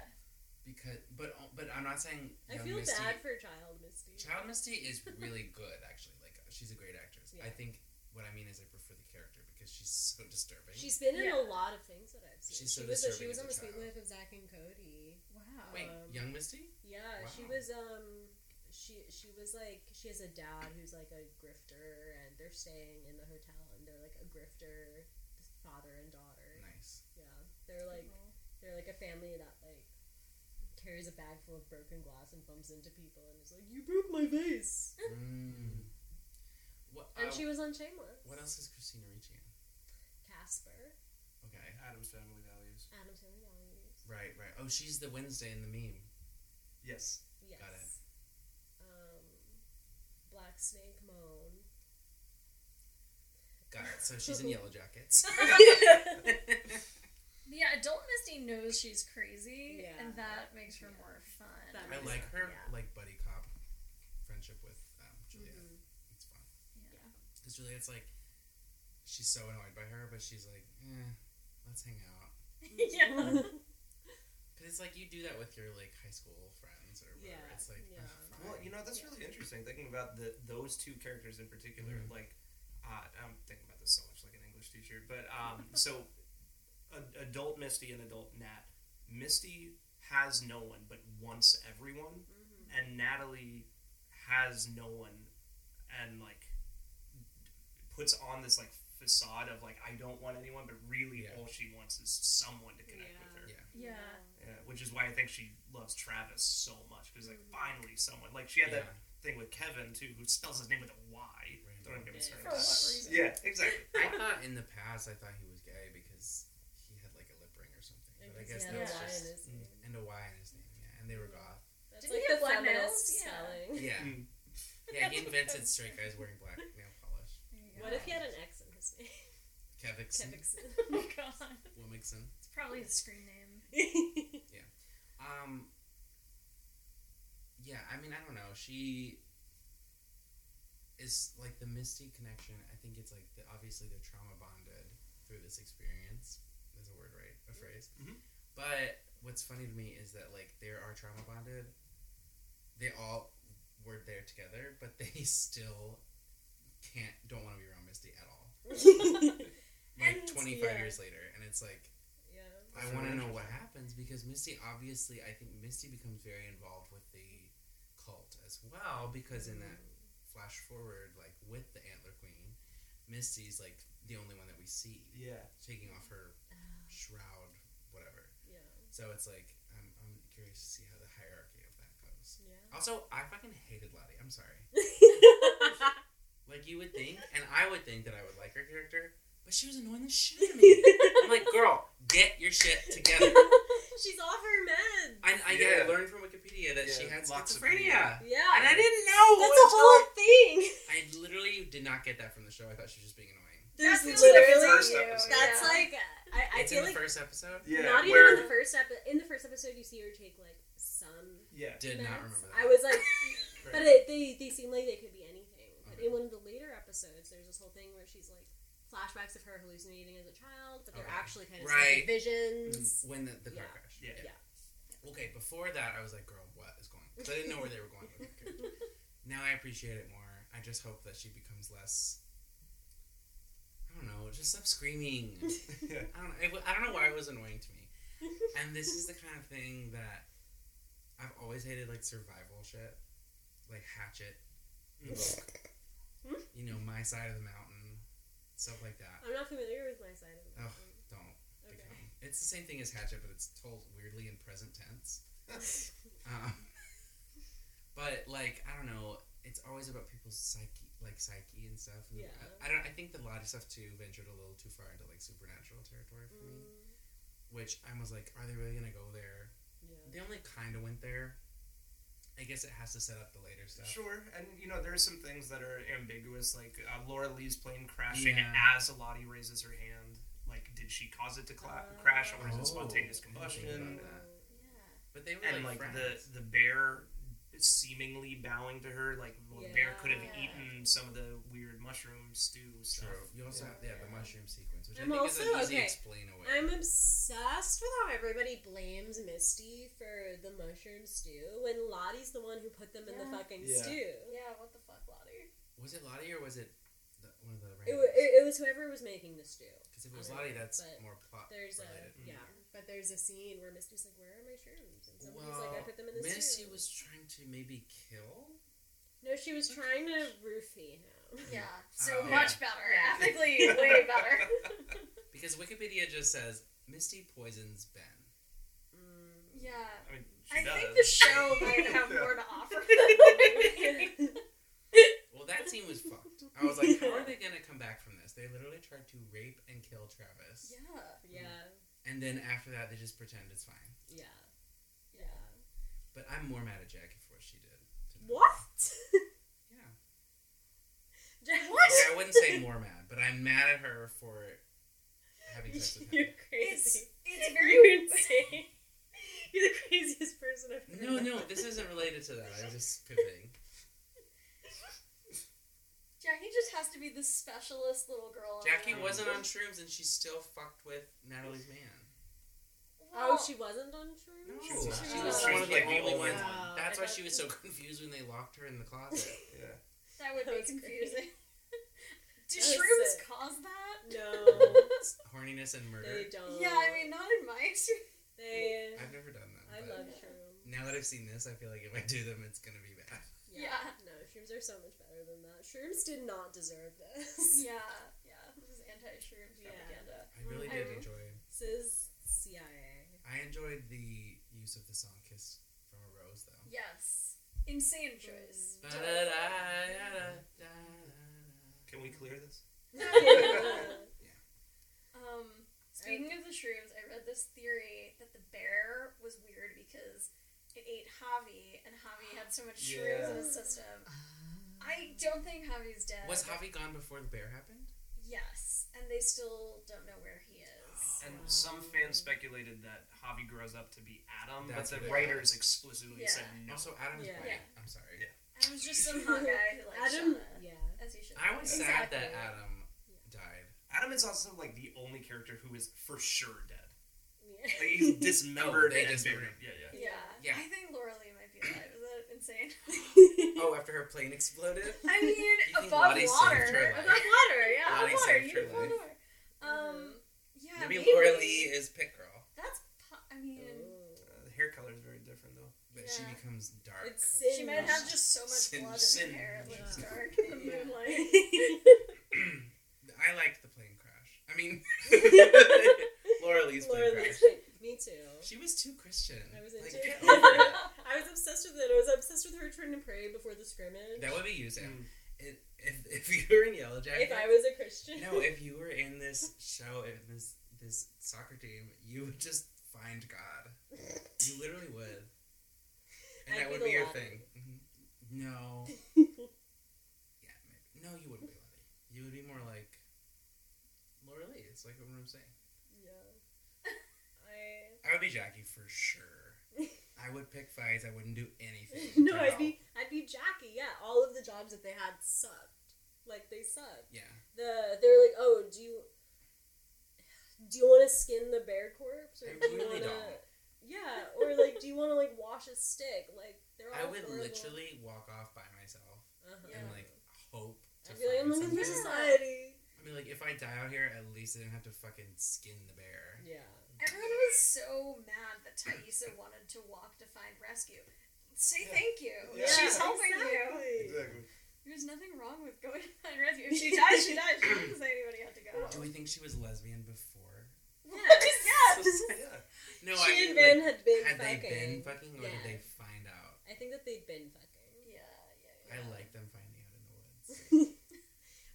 S2: because but uh, but I'm not saying
S4: I
S2: young
S4: feel
S2: Misty-
S4: bad for Child Misty.
S2: Child Misty is really good, actually. Like uh, she's a great actress.
S4: Yeah.
S2: I think what I mean is I prefer the character because she's so disturbing.
S4: She's been in
S5: Yeah.
S4: a lot of things that I've seen.
S2: She's so
S4: she was a, she
S2: disturbing
S4: was
S2: as a
S4: on the Sweet
S2: child.
S4: Life of Zach and Cody.
S1: Wow.
S2: Wait,
S4: um,
S2: young Misty?
S4: Yeah, she
S2: Wow.
S4: was um she she was like she has a dad who's like a grifter and they're staying in the hotel and they're like a grifter father and daughter.
S2: Nice.
S4: Yeah. They're like they're like a family that like carries a bag full of broken glass and bumps into people and is like, You broke my vase
S2: Mm. What,
S4: And
S2: uh,
S4: she was on Shameless.
S2: what else is Christina Ricci in?
S4: Casper.
S2: Okay.
S3: Adam's Family Values.
S4: Adam Family Values.
S2: Right, right. Oh, she's the Wednesday in the meme.
S3: Yes.
S4: Yes.
S2: Got it.
S4: Um Black Snake Moan.
S2: Got it. So she's in Yellow Jackets.
S5: Yeah, adult Misty knows she's crazy,
S4: Yeah.
S5: and that makes her
S4: Yeah.
S5: more fun.
S4: That
S2: I like her
S4: Yeah.
S2: like buddy cop friendship with um, Juliet.
S4: Mhm.
S2: It's fun
S5: yeah.
S2: because Juliet's like she's so annoyed by her, but she's like, eh, let's hang out.
S4: Mm-hmm.
S5: yeah.
S2: Because it's like you do that with your like high school friends or whatever.
S4: Yeah,
S2: It's like
S4: yeah.
S2: ugh,
S3: Well,
S2: fine.
S3: you know that's really interesting thinking about the those two characters in particular.
S2: Mhm.
S3: Like, uh, I'm thinking about this so much like an English teacher, but um, so a, adult Misty and adult Nat. Misty has no one but wants everyone,
S4: Mhm.
S2: Mm-hmm.
S3: and Natalie has no one and like puts on this like facade of like I don't want anyone, but really
S2: Yeah.
S3: all she wants is someone to connect with her.
S2: Yeah.
S5: Yeah.
S3: Yeah, which is why I think she loves Travis so much because
S4: Mm-hmm.
S3: like finally someone like she had that thing with Kevin too, who spells his name with a Y.
S2: Right.
S3: Don't get me
S4: Yeah.
S3: started.
S5: For
S3: on
S5: what
S3: that.
S5: reason?
S3: Yeah, exactly.
S2: I thought in the past I thought he was gay because he had like a lip ring or something. But I guess
S5: Yeah,
S2: that's
S5: a Y
S2: just mm.
S4: in his name.
S2: and a Y in his name, yeah. And they were goth.
S4: That's
S5: Didn't he
S4: like
S5: have
S4: the
S5: black
S4: feminist
S5: nails? Yeah.
S4: spelling.
S2: Yeah,
S3: Mm.
S2: yeah. He invented straight guys wearing black nail polish.
S4: What if he had an X in his name?
S2: Kevickson,
S4: Kevickson.
S5: Oh god.
S2: Wilmingson.
S5: It's probably his screen name.
S2: Um. Yeah, I mean, I don't know. She is like the Misty connection. I think it's like the, obviously they're trauma bonded through this experience. There's a word, right? A phrase.
S3: Mhm.
S2: But what's funny to me is that like they are trauma bonded. They all were there together, but they still can't don't want to be around Misty at all. Like
S5: And-
S2: 25
S4: yeah.
S2: years later, and it's like
S4: yeah.
S2: I
S3: That's
S2: want to
S3: really
S2: know what
S3: interesting.
S2: happens because Misty obviously I think Misty becomes very involved with the cult as well because in that flash forward like with the antler queen Misty's like the only one that we see
S3: Yeah.
S2: taking off her shroud whatever
S4: Yeah.
S2: so it's like I'm, I'm curious to see how the hierarchy of that goes
S4: Yeah.
S2: also I fucking hated Lottie I'm sorry like you would think and I would think that I would like her character but she was annoying the shit out of me I'm like girl get your shit together
S4: She's off her meds.
S2: I, I, I
S3: Yeah.
S2: learned from Wikipedia that she
S3: Yeah,
S2: had
S3: lots of
S2: schizophrenia.
S4: yeah.
S2: And I didn't know.
S4: That's a
S2: until
S4: whole thing.
S2: I I literally did not get that from the show. I thought she was just being annoying.
S4: There's
S5: That's
S4: literally.
S3: first
S5: you,
S3: episode.
S4: That's
S5: yeah.
S4: like. I, I
S2: it's in the
S4: feel like
S2: first episode.
S3: Yeah.
S4: not even
S3: where,
S4: in the first episode. In the first episode, you see her take like some.
S3: Yeah.
S2: Did
S4: meds.
S2: not remember that.
S4: I was like, but
S3: Right.
S4: it, they they seem like they could be anything. But
S2: Okay.
S4: in one of the later episodes, there's this whole thing where she's like flashbacks of her hallucinating as a child, but they're
S2: Okay.
S4: actually kind of
S2: Right.
S4: psychic visions.
S2: when the, the car
S4: Yeah.
S2: crash.
S3: Yeah.
S2: Okay, before that, I was like, "Girl, what is going?" Because I didn't know where they were going with that character. Now I appreciate it more. I just hope that she becomes less. I don't know. Just stop screaming.
S3: yeah.
S2: I don't, it, wa- I don't know why it was annoying to me. And this is the kind of thing that I've always hated, like survival shit, like Hatchet, the book. you know, My Side of the Mountain, stuff like that.
S4: I'm not familiar with my side of the
S2: Ugh.
S4: mountain.
S2: Don't
S4: Okay.
S2: become. It's the same thing as Hatchet, but it's told weirdly in present tense. um, but like, I don't know. It's always about people's psyche, like psyche and stuff. And
S4: Yeah.
S2: I, I don't. I think the lot of stuff too ventured a little too far into like supernatural territory for me
S4: Mm,
S2: which I was like, are they really gonna go there?
S4: yeah.
S2: They only kind of went there. I guess it has to set up the later stuff.
S3: Sure, and you know there are some things that are ambiguous, like uh, Laura Lee's plane crashing
S2: Yeah.
S3: as Lottie raises her hand. Like, did she cause it to cla-
S4: Oh.
S3: crash, or is
S2: Oh,
S3: it spontaneous
S2: I didn't think
S3: combustion?
S2: about that.
S5: Yeah.
S2: But they were
S3: And
S2: like,
S3: like
S2: friends.
S3: the the bear seemingly bowing to her. Like well, the bear could have eaten some of the weird mushroom stew stuff.
S2: True. You also have, yeah, the mushroom sequence, which i
S4: I'm
S2: think is an
S4: also-
S2: easy
S4: okay.
S2: explain away.
S4: I'm obsessed with how everybody blames Misty for the mushroom stew when Lottie's the one who put them in the
S5: Yeah.
S4: fucking
S2: Yeah.
S4: stew.
S5: Yeah, what the fuck, Lottie?
S2: was it Lottie or was it the, one of the
S4: It,
S2: randoms?
S4: wa- it, it was whoever was making the stew.
S2: Because if it was Lottie, that's
S4: But
S2: more plot
S4: There's uh,
S2: related.
S4: a yeah,
S5: Mm-hmm.
S4: but there's a scene where Misty's like, "Where are my shrooms?" And somebody's
S2: well,
S4: like, "I put them in the
S2: Missy
S4: stew."
S2: was trying to maybe kill.
S4: No, she was trying to roofie him.
S5: Yeah, so
S2: Oh.
S5: much better.
S4: Yeah.
S5: Ethically, way better.
S2: Because Wikipedia just says Misty poisons Ben.
S4: Mm.
S5: Yeah.
S3: I mean, she
S5: I
S3: does.
S5: think the show might have
S3: Yeah.
S5: more to offer.
S2: Well, that scene was fucked. I was like, how are they gonna come back from this? They literally tried to rape and kill Travis,
S5: yeah.
S4: Yeah,
S2: and then after that, they just pretend it's fine.
S4: yeah, yeah.
S5: Yeah.
S2: But I'm more mad at Jackie for what she did. to them. Yeah.
S4: Jack-
S5: What?
S2: Yeah, I wouldn't say more mad, but I'm mad at her for having sex with
S4: You're
S2: him.
S5: It's,
S4: crazy.
S5: it's
S4: You're
S5: very.
S4: insane. You're the craziest person I've
S2: No,
S4: ever
S2: no, this isn't related to that. I'm just pivoting.
S5: Jackie just has to be the specialist little girl. on
S2: Jackie
S5: the-
S2: wasn't on shrooms, and she still fucked with Natalie's man.
S4: Oh,
S5: Well,
S4: she wasn't on True.
S2: No,
S3: She was
S5: not.
S2: she was
S5: She
S2: one
S5: was
S2: of the
S5: like the
S2: only
S3: old
S2: ones.
S4: Oh,
S3: one.
S2: That's why she was so confused when they locked her in the closet.
S3: Yeah.
S5: That would
S4: That
S5: be
S4: was great.
S5: confusing. Do
S4: That was
S5: shrooms
S4: sick.
S5: cause that?
S4: No,
S2: Horniness and murder.
S4: they don't.
S5: Yeah, I mean, not in my experience.
S4: they.
S2: I've never done that.
S4: I
S2: but
S4: love
S5: Yeah.
S4: shrooms.
S2: Now that I've seen this, I feel like if I do them, it's gonna be bad.
S4: Yeah.
S5: Yeah.
S4: No, shrooms are so much better than that. Shrooms did not deserve this.
S5: Yeah, yeah. This is anti-shroom
S4: Yeah.
S5: propaganda.
S2: I really
S5: I
S2: did
S5: re-
S2: enjoy.
S4: This is CIA.
S2: I enjoyed the use of the song "Kiss from a Rose," though.
S5: Yes. Insane
S4: Mm.
S5: choice.
S3: Can we clear this?
S4: yeah.
S5: Um, speaking of the shrooms, I read this theory that the bear was weird because it ate Javi, and Javi had so much shrooms in his system.
S4: Uh,
S5: I don't think Javi's dead.
S2: Was Javi gone before the bear happened?
S5: Yes, and they still don't know where he is.
S3: And some fans speculated that Javi grows up to be Adam,
S2: That's
S3: but
S2: what
S3: the
S2: it
S3: writers explicitly
S5: Yeah.
S3: said no.
S2: Also, Adam's
S4: Yeah.
S2: white.
S5: Yeah.
S2: I'm sorry.
S3: Yeah.
S5: I was just some hot guy who likes
S4: Adam.
S5: Shauna,
S4: Yeah.
S5: as he should.
S2: I was sad that
S4: Exactly.
S2: Adam died.
S3: Adam is also like the only character who is for sure dead.
S4: Yeah.
S3: Like he's
S2: Oh,
S3: dismembered
S2: they
S3: and
S2: dismembered
S3: buried.
S2: him.
S3: Yeah, yeah.
S5: Yeah.
S2: Yeah.
S5: I think Laura Lee might be alive. Is that insane?
S2: Oh, after her plane exploded.
S5: I mean,
S2: think
S5: above
S2: Lottie saved
S5: water.
S2: her life?
S5: Above water, yeah.
S2: Lottie
S5: above water.
S2: saved
S5: You
S2: her
S5: above
S2: life.
S5: water. Um, yeah.
S2: Maybe Laura Lee is Pit Girl,
S5: That's. Po- I mean,
S3: Uh, the hair color is very different though.
S2: but she
S5: Yeah.
S2: becomes dark.
S4: It's
S5: she might have just so much
S2: Sin-
S5: blood in
S2: sin-
S5: her hair. It looks
S4: Yeah.
S5: dark in the
S4: Yeah.
S5: moonlight.
S2: I liked the plane crash. I mean, Laura Lee's plane
S4: Laura
S2: crash.
S4: Lee- Me too.
S2: She was too Christian.
S4: I was
S2: like,
S4: into
S2: get
S4: it.
S2: over it.
S4: I was obsessed with it. I was obsessed with her trying to pray before the scrimmage.
S2: That would be you, Sam.
S3: Mm.
S2: If, if, if you were in Yellow Jacket,
S4: if I was a Christian.
S2: no, if you were in this show, in this this soccer team, you would just find God. You literally would, and
S4: I'd
S2: that
S4: be
S2: would
S4: the
S2: be your
S4: Lottie.
S2: thing. Mhm. No, yeah, maybe. no, you wouldn't be Lottie. You would be more like Laura Lee. It's like what I'm saying.
S4: yeah. I.
S2: I would be Jackie for sure. I would pick fights. I wouldn't do anything.
S4: No,
S2: to
S4: I'd
S2: help.
S4: be I'd be Jackie. Yeah, all of the jobs that they had sucked. Like they sucked.
S2: yeah.
S4: The they're like, oh, do you do you want to skin the bear corpse
S2: I
S4: or do you
S2: really
S4: want to?
S2: don't.
S4: Yeah, or like, do you want to like wash a stick? Like they're all.
S2: I would
S4: horrible.
S2: literally walk off by myself
S4: Uh-huh.
S2: and
S5: Yeah.
S2: like hope to
S4: I'd be like, I'm
S2: find
S4: looking for
S2: something.
S5: Yeah.
S4: society.
S2: I mean, like if I die out here, at least I didn't have to fucking skin the bear.
S4: Yeah.
S5: Everyone was so mad that Thaisa wanted to walk to find rescue. Say
S3: Yeah.
S5: thank you.
S3: Yeah.
S5: She's helping you.
S4: exactly.
S5: There's nothing wrong with going to find rescue. If she dies, she dies. She doesn't say anybody had to go.
S2: Do we think she was lesbian before?
S5: Yes. yes.
S3: Yeah.
S2: No,
S4: she
S2: I mean,
S4: and Ben
S2: like,
S4: had been
S2: had
S4: fucking.
S2: they been fucking, or
S4: Yeah.
S2: did they find out?
S4: I think that they'd been fucking.
S5: Yeah, yeah,
S2: I
S5: yeah.
S2: like them finding out in the woods.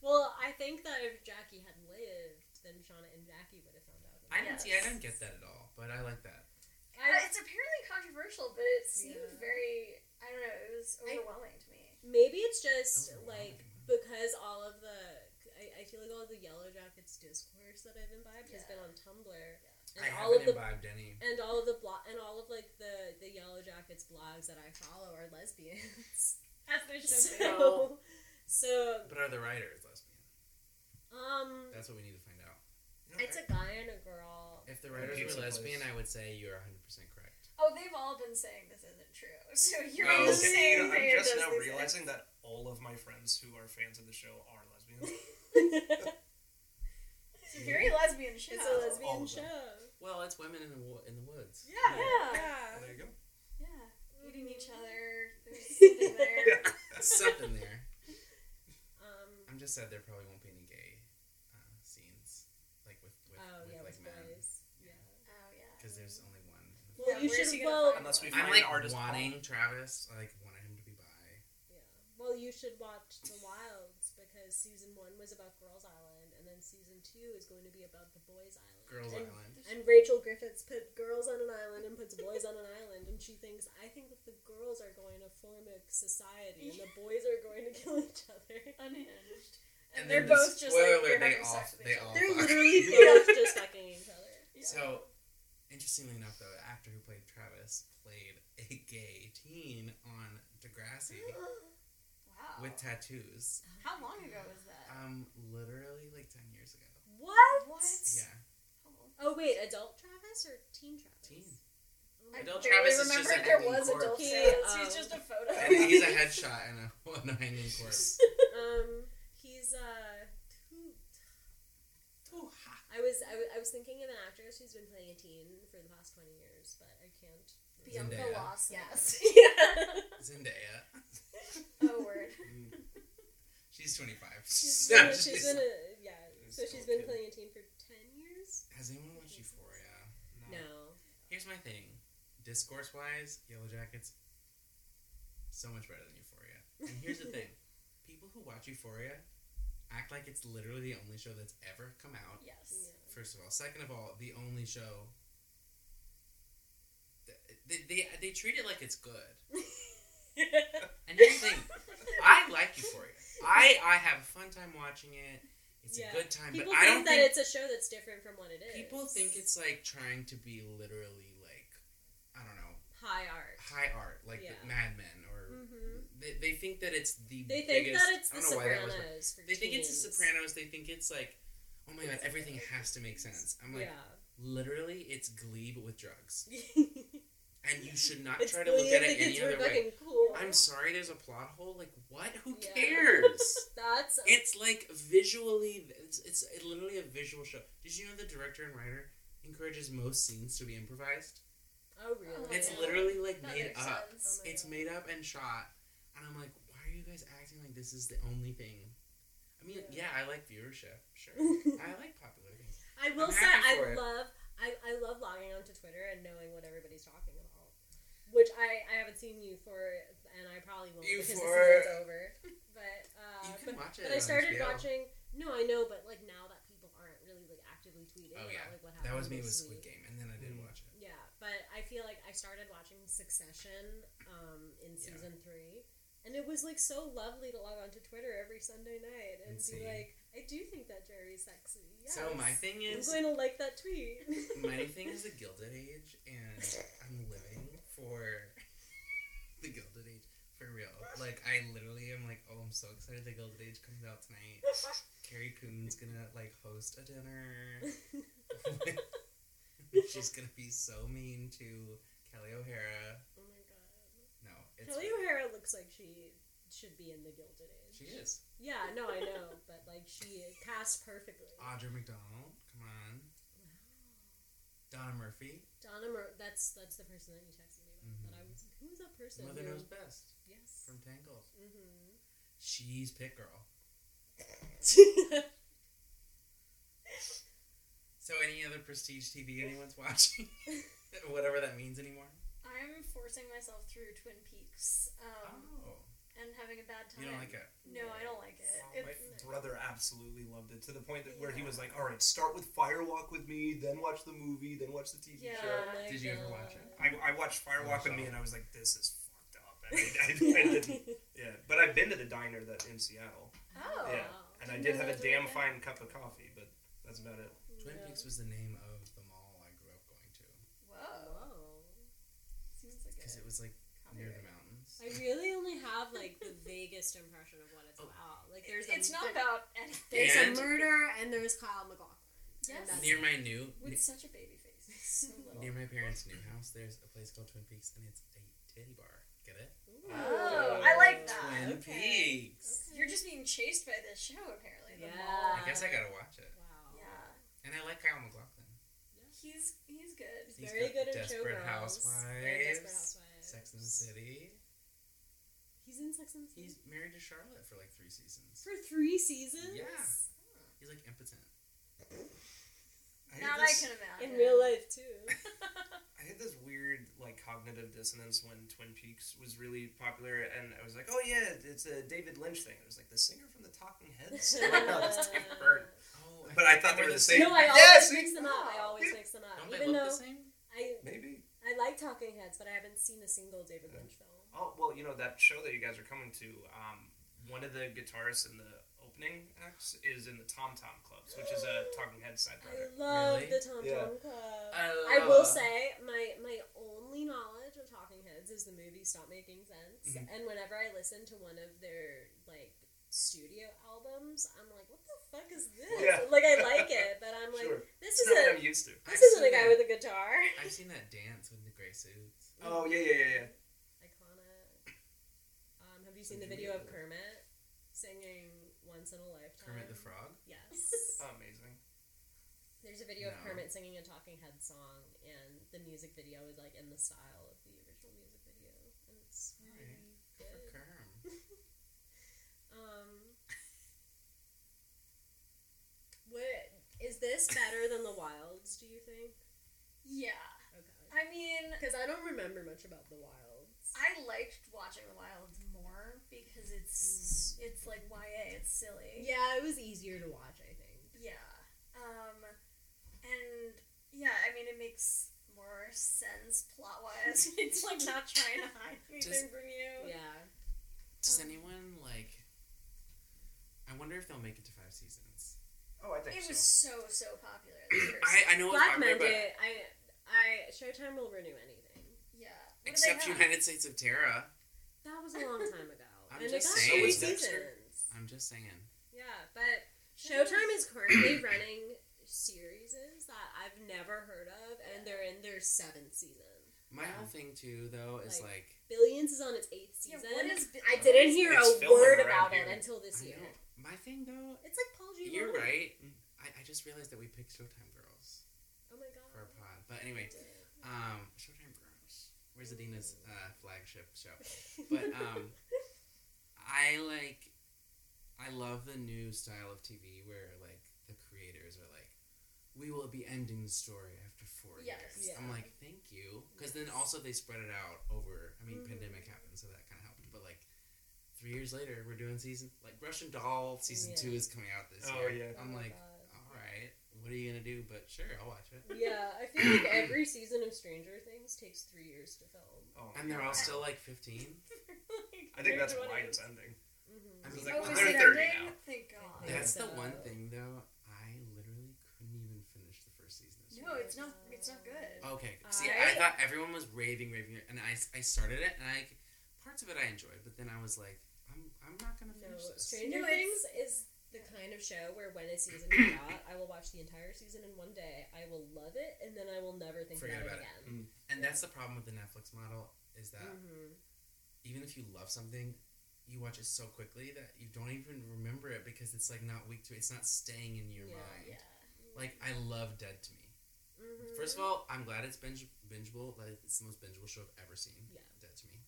S4: Well, I think that if Jackie had lived, then Shauna and Jackie would have found out.
S2: I don't see. I
S5: Yes.
S2: don't get that at all, but I like that.
S5: Uh,
S4: I,
S5: it's apparently controversial, but it seemed
S4: Yeah.
S5: very. I don't know. It was
S4: I-
S5: overwhelming to me.
S4: maybe it's just
S2: Overwhelming.
S4: like because all of the I, I feel like all of the Yellow Jackets discourse that I've imbibed has
S5: Yeah.
S4: been on Tumblr, and
S5: Yeah.
S2: I
S4: all of
S2: haven't
S4: the
S2: imbibed any.
S4: and all of the blo- and all of like the the Yellow Jacket Jackets blogs that I follow are lesbians.
S1: As there should be.
S4: So, so
S2: But are the writers lesbian?
S4: um,
S2: That's what we need to find out.
S4: it's a guy and a girl.
S2: If the writers
S3: Pizza
S2: were lesbian,
S3: place.
S2: I would say you are 100% correct.
S5: Oh, they've all been saying this isn't true. So you're
S3: Oh,
S5: on the
S3: okay. You
S5: same
S3: know,
S5: page
S3: I'm just
S5: as
S3: now
S5: these
S3: realizing that all of my friends who are fans of the show are lesbians.
S5: It's a very lesbian show.
S1: It's a
S3: All
S1: lesbian
S3: of them.
S1: show.
S2: Well, it's women in the wo- in the woods.
S1: Yeah.
S5: Yeah.
S3: Well, Oh, there you go.
S5: Yeah. Mm-hmm. Eating each other. There's something there.
S3: Yeah.
S2: Something there.
S4: Um,
S2: I'm just sad there probably won't be any gay uh, scenes, like with with,
S4: oh
S2: with
S4: yeah,
S2: like
S4: with
S2: men,
S4: boys. Yeah.
S5: Oh, yeah.
S2: because there's only one.
S4: Well,
S5: Yeah,
S4: you
S5: where's
S4: should
S5: he gonna
S4: well,
S5: find
S3: Unless we
S5: one?
S2: I'm
S3: find
S2: like
S3: artist
S2: wanting Travis. I like wanted him to be bi.
S4: yeah. Well, you should watch The Wilds because season one was about Girls Island, and then season two is going to be about the Boys Island.
S2: Girls
S4: and,
S2: Island.
S4: And Rachel Griffiths put girls on an island and puts boys on an island, and she thinks, I think that the girls are going to form a society and the boys are going to kill each other.
S5: Unhinged.
S2: And
S5: And,
S2: then
S5: they're
S2: the
S5: both just
S2: spoiler,
S5: like they're
S2: they
S5: having
S2: all-
S5: sex with
S2: they
S5: each
S2: all-
S5: other.
S4: They're
S2: fuck.
S4: literally both just fucking each other.
S5: Yeah.
S2: So, interestingly enough, though, the actor who played Travis played a gay teen on Degrassi
S5: wow.
S2: with tattoos.
S5: How long ago was that?
S2: Um, literally like ten years ago.
S4: What?
S5: What?
S2: Yeah,
S5: How old?
S4: Oh, wait, adult Travis or teen Travis?
S2: teen.
S4: Oh,
S5: I
S2: Adult
S5: barely
S2: Travis is just
S5: remember
S2: an
S5: if there
S2: acting
S5: was
S2: corpse.
S5: adult
S4: He-
S5: scenes.
S4: um,
S5: He's just a photo.
S2: And he's a headshot and a one hanging corpse.
S4: Um, he's uh, too-
S2: Oh,
S4: I was I, w- I was thinking of an actress who's been playing a teen for the past twenty years, but I can't.
S5: Bianca
S2: Zendaya.
S5: Loss, yes. yeah.
S2: Zendaya.
S5: Oh, word.
S3: Mm,
S2: She's 25.
S4: She's
S2: No,
S4: been,
S2: she's-
S4: she's been a yeah.
S3: It's
S4: So
S3: still
S4: she's been
S3: kid.
S4: playing a teen for ten years.
S2: Has anyone watched Euphoria?
S4: No.
S2: Here's my thing. Discourse wise, Yellow Jackets so much better than Euphoria. And here's the thing. People who watch Euphoria act like it's literally the only show that's ever come out.
S5: Yes.
S4: Yeah.
S2: First of all, second of all, the only show they, they, they treat it like it's good. And here's the thing. I like Euphoria. I I have a fun time watching it. It's
S4: Yeah.
S2: a good time,
S4: People
S2: but I don't
S4: think that
S2: think
S4: it's a show that's different from what it is.
S2: people think it's like trying to be literally like I don't know
S4: high art.
S2: high art, like the
S4: Yeah.
S2: Mad Men, or
S4: hmm
S2: they, they think that it's the
S4: They think
S2: biggest,
S4: that it's
S2: I
S4: The
S2: don't know why that was-
S4: Sopranos. for
S2: They think it's the
S4: teens.
S2: Sopranos. They think it's like oh my god, everything has to make sense. I'm like literally, it's Glee but with drugs,
S4: yeah.
S2: and you should not
S4: It's
S2: try to look
S4: really
S2: at it
S4: think
S2: any
S4: it's
S2: other way.
S4: fucking cool.
S2: I'm sorry, there's a plot hole. Like what? Who
S4: Yeah.
S2: cares?
S4: That's
S2: It's like visually, it's, it's literally a visual show. Did you know the director and writer encourages most scenes to be improvised?
S4: oh really?
S2: It's
S5: yeah.
S2: literally like
S5: That
S2: made
S5: makes
S2: up.
S5: sense.
S4: Oh my
S2: It's
S4: God.
S2: made up and shot. And I'm like, why are you guys acting like this is the only thing? I mean, yeah,
S4: Yeah.
S2: I like viewership, sure. I like popular things.
S4: I will
S2: I'm
S4: say
S2: happy for it.
S4: I love I, I love logging onto Twitter and knowing what everybody's talking about. Which I, I haven't seen you for and I probably won't
S2: You
S4: because
S2: for-
S4: the season's over. But uh
S2: You
S4: but,
S2: can watch it.
S4: but I
S2: on
S4: started
S2: HBO.
S4: watching no, I know, but like now that people aren't really like actively tweeting
S2: Oh,
S4: about
S2: yeah.
S4: like what happened.
S2: That was me with
S4: this
S2: Squid
S4: week.
S2: Game, and then I did
S3: Mm.
S2: watch it.
S4: Yeah, but I feel like I started watching Succession um, in
S2: Yeah.
S4: season three, and it was like so lovely to log onto Twitter every Sunday night and,
S2: And see.
S4: be like, I do think that Jerry's sexy. Yes.
S2: So my thing
S4: I'm
S2: is,
S4: going to like that tweet.
S2: My thing is the Gilded Age, and I'm living for the Gilded Age for real. Like I literally am like, oh, I'm so excited the Gilded Age comes out tonight. Carrie Coon's gonna like host a dinner.
S4: Oh
S2: She's gonna be so mean to Kelly O'Hara.
S4: oh my god,
S2: No, it's
S4: Kelly O'Hara looks like she should be in the Gilded Age.
S2: she is
S4: Yeah, no, I know, but like she cast perfectly.
S2: Audra McDonald. Come on, Donna Murphy.
S4: Donna, Mer- that's that's the person that you texted me about. That I was like, who's that person?
S2: Mm-hmm. Mother
S4: who-
S2: knows best
S4: Yes.
S2: from Tangled.
S4: hmm
S2: She's Pit Girl. So, any other prestige TV anyone's watching? Whatever that means anymore?
S5: I'm forcing myself through Twin Peaks um,
S2: Oh.
S5: and having a bad time.
S2: You don't like it?
S5: No, I don't like it.
S3: Oh,
S5: It's,
S3: my brother absolutely loved it to the point that where he was like, "All right, start with Fire Walk with me, then watch the movie, then watch the TV
S5: Yeah.
S3: show."
S4: Oh my
S2: Did you ever watch it?
S3: I, I watched Fire
S2: Oh,
S3: Walk with
S2: so-
S3: me, and I was like, "This is fucked up." And I, I, I didn't, yeah, but I've been to the diner that in Seattle,
S5: oh,
S3: Yeah. and I did have a damn fine cup of coffee, but that's about it.
S2: Twin Peaks was the name of the mall I grew up going to
S5: whoa.
S4: Whoa.
S5: Seems like
S2: because it
S5: it.
S2: was like near the mountains.
S4: I really only have like the vaguest impression of what it's
S2: Oh.
S4: about. Like there's a,
S5: it's not
S4: there-
S5: about anything.
S4: there's
S2: And-
S4: a murder and there's Kyle McLaughlin.
S5: Yes.
S4: that's-
S2: Near my new
S5: With such a baby face. So little.
S2: near my parents' new house, there's a place called Twin Peaks, and it's a titty bar. Get it?
S5: Oh, I like that.
S2: Twin
S5: okay.
S2: Peaks.
S5: You're just being chased by this show, apparently. The
S4: Yeah.
S5: mall.
S2: I guess I gotta watch it.
S4: Wow.
S5: Yeah.
S2: And I like Kyle McLaughlin.
S5: He's he's good.
S4: He's
S2: He's
S4: very
S2: got
S4: good at
S2: Desperate
S4: showgirls.
S2: Housewives.
S4: Very Desperate Housewives.
S2: Sex and the City.
S4: He's in Sex and the City
S2: He's married to Charlotte for like three seasons.
S4: for three seasons.
S2: Yeah. He's like impotent.
S3: I had
S5: Not I
S3: this-
S5: can imagine.
S4: In real life too.
S3: I had this weird like cognitive dissonance when Twin Peaks was really popular, and I was like, "Oh yeah, it's a David Lynch thing." It was like the singer from the Talking Heads. I'm like, no, that's Tim Burton.
S2: Oh,
S3: But I thought they were the same.
S4: No, I always
S3: Yes,
S4: mix them up. I
S5: wow.
S4: always mix them up.
S2: Don't they
S4: Even
S2: look
S4: though
S2: the same?
S4: I
S3: Maybe.
S4: I like Talking Heads, but I haven't seen a single David
S3: Yeah.
S4: Lynch film.
S3: Oh well, you know that show that you guys are coming to. Um, one of the guitarists in the opening acts is in the Tom Tom Clubs, which is a Talking Heads side project.
S4: I love
S2: Really?
S4: the Tom
S3: Yeah.
S4: Tom Club.
S2: I,
S4: I
S3: Uh.
S4: will say my my only knowledge of Talking Heads is the movie Stop Making Sense,
S3: Mhm.
S4: and whenever I listen to one of their like studio albums, I'm like, what the fuck is this?
S3: Yeah.
S4: Like I like it, but I'm like,
S3: Sure,
S4: this
S3: it's
S4: is
S3: not what
S4: a
S3: I'm used to.
S4: this isn't a guy with a guitar.
S2: I've seen that dance with the gray suits.
S3: Oh yeah, yeah, yeah. yeah.
S4: Iconic. Um, have you seen the
S2: Did you
S4: video
S2: read
S4: of
S2: that?
S4: Kermit singing "Once in a Lifetime"?
S2: Kermit the Frog.
S3: Oh,
S4: Yes.
S3: amazing.
S4: There's a video of
S2: No.
S4: Kermit singing a Talking Head song, and the music video is like in the style of the original music video, and it's really
S2: Good for
S4: good.
S2: Kerm.
S4: Um, what is this better than the Wilds? Do you think?
S5: Yeah.
S4: Okay,
S5: I mean,
S4: because I don't remember much about the Wilds.
S5: I liked watching The Wilds more because it's it's like YA. It's silly.
S4: Mm. Yeah, it was easier to watch. I think.
S5: Yeah. Um, and yeah, I mean, it makes more sense plot wise. it's like not trying to hide anything
S2: Just-
S5: from you.
S4: Yeah.
S2: Does
S5: Um,
S2: anyone like? I wonder if they'll make it to five seasons.
S3: Oh, I think
S5: It
S3: so.
S5: was so so popular. this year.
S2: I, I know it's
S4: Black
S2: popular, but
S4: Monday. I I Showtime will renew anything.
S5: yeah. What do they
S2: except
S5: have?
S2: United States of Terra.
S4: That was a long time ago,
S2: I'm
S4: and it
S2: just
S4: got
S2: saying.
S4: three
S2: So is
S4: seasons.
S3: Dexter.
S2: I'm just saying.
S4: Yeah, but Showtime is currently running series that I've never heard of, and they're in their seventh season.
S2: My whole thing too, though, is
S4: Like,
S2: like,
S4: Billions is on its eighth
S5: Yeah,
S4: season.
S5: what is Bi-
S4: I didn't hear
S3: It's
S4: a
S3: filming
S4: word about
S3: around here.
S4: it until this
S2: I
S4: year.
S2: know- my thing though.
S4: It's like Paul G.
S2: You're
S4: Lawrence.
S2: right. I, I just realized that we picked Showtime Girls
S4: Oh my
S2: for our
S4: god.
S2: pod. But anyway, um, Showtime Girls. Where's Adina's uh, flagship show? But um, I like, I love the new style of TV where like the creators are like, we will be ending the story after four
S5: Yes.
S2: years. I'm
S4: Yeah.
S2: like, thank you, because
S4: Yes.
S2: then also they spread it out over. I mean,
S4: Mhm.
S2: pandemic happened, so that kind of helped. But like, three years later, we're doing season like Russian Doll season
S4: Yeah.
S2: two is coming out this
S3: Oh,
S2: year.
S3: yeah.
S4: Oh
S2: I'm
S4: my
S2: like,
S4: God.
S2: all right, what are you gonna do? But sure, I'll watch it.
S4: Yeah, I feel like every season of Stranger Things takes three years to film.
S3: Oh,
S2: And they're all still like 15.
S3: I think that's
S4: Everyone
S3: why
S4: is-
S3: it's ending.
S4: Mhm.
S2: I
S3: It's
S2: mean,
S3: like,
S5: Oh,
S3: well,
S5: is
S3: they're
S5: it
S3: 30
S5: ending?
S3: now.
S5: Thank God.
S4: Yeah.
S2: That's the
S4: so-
S2: one thing though. I literally couldn't even finish the first season. of
S5: No,
S2: Stranger
S5: it's not. It's not good.
S2: Okay. See,
S5: I-
S2: I thought everyone was raving, raving, and I, I started it, and I parts of it I enjoyed, but then I was like, I'm I'm not gonna
S4: No,
S2: finish this.
S4: Stranger
S5: No,
S4: Things
S5: it's-
S4: is the kind of show where when a season comes out, I will watch the entire season in one day. I will love it, and then I will never think
S2: Forget
S4: about,
S2: about
S4: it
S2: it.
S4: again.
S2: And that's the problem with the Netflix model is that
S5: Mm.
S4: Mhm.
S2: even if you love something, you watch it so quickly that you don't even remember it because it's like not week to it's not staying in your
S4: Yeah.
S2: mind.
S5: Yeah.
S2: Like I love Dead to Me.
S4: Mhm.
S2: First of all, I'm glad it's binge bingeable. Like it's the most bingeable show I've ever seen.
S4: Yeah.
S2: Dead to Me.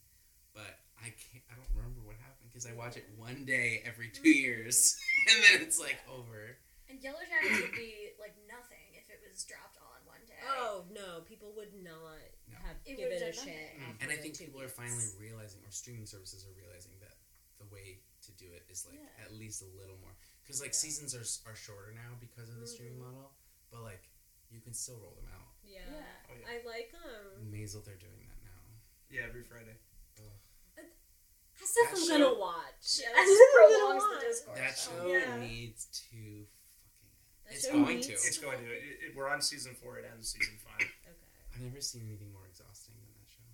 S2: But I can't. I don't remember what happened because I watch it one day every two years, and then it's like over.
S5: And Yellow Jackets would be like nothing if it was dropped all in one day.
S4: oh no, people would not
S2: No.
S4: have
S5: It
S4: given
S5: would've
S4: a
S5: done
S4: shit.
S5: nothing.
S4: after
S2: And I
S4: the
S2: think
S4: two
S2: people are
S4: weeks.
S2: finally realizing, or streaming services are realizing that the way to do it is like
S5: Yeah.
S2: at least a little more. Because like
S4: Yeah.
S2: seasons are s- are shorter now because of the streaming
S4: Mhm.
S2: model, but like you can still roll them out.
S4: Yeah.
S5: Yeah.
S3: Oh, yeah.
S4: I like um.
S2: Maisel, they're doing that now.
S3: Yeah, every Friday.
S4: That's stuff
S2: That
S4: I'm
S2: show-
S4: gonna watch.
S5: Yeah,
S4: That's
S5: this
S4: stuff I'm gonna
S5: prolongs the
S4: watch.
S5: discourse.
S2: That
S5: so-
S2: show
S4: Yeah.
S2: needs to fucking.
S4: That
S2: It's
S4: show
S2: going
S4: needs
S2: to.
S3: It's going to. It, it, we're on season four. It ends season five.
S4: Okay.
S2: I've never seen anything more exhausting than that show.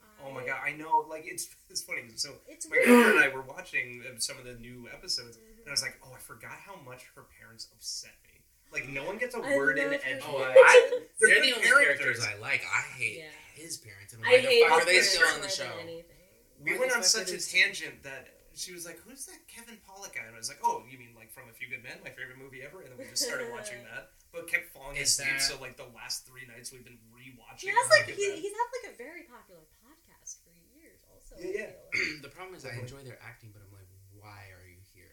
S4: I
S3: Oh my god, I know. Like it's it's funny. So
S4: It's
S3: my
S4: weird.
S3: girlfriend and I were watching uh, some of the new episodes, and I was like, oh, I forgot how much her parents upset me. Like no one gets a
S4: I
S3: word in
S4: love her
S3: edgewise.
S2: parents.
S3: I- They're
S2: Oh, They're
S3: good
S2: the only characters I like. I hate
S4: Yeah.
S2: his parents. And
S4: I
S2: why the
S4: hate
S2: fuck
S4: his
S2: are they
S4: parents
S2: still on
S4: more
S2: the
S4: than
S2: show?
S4: anything.
S2: Why
S3: we
S2: the
S3: went on
S2: fuck
S3: such
S2: are
S3: a
S2: they-
S3: tangent that she was like, "Who's that Kevin Pollock guy?" And I was like, "Oh, you mean like from A Few Good Men, my favorite movie ever?" And then we just started watching that, but kept falling
S2: Is
S3: asleep.
S2: that-
S3: So like the last three nights we've been
S4: He
S3: rewatching.
S4: has
S3: Few
S4: like
S3: Good
S4: he,
S3: Men.
S4: he's had like a very popular podcast for years. Also, I
S3: Yeah, yeah.
S4: feel like.
S2: the problem is I enjoy their acting, but I'm like, why are you here?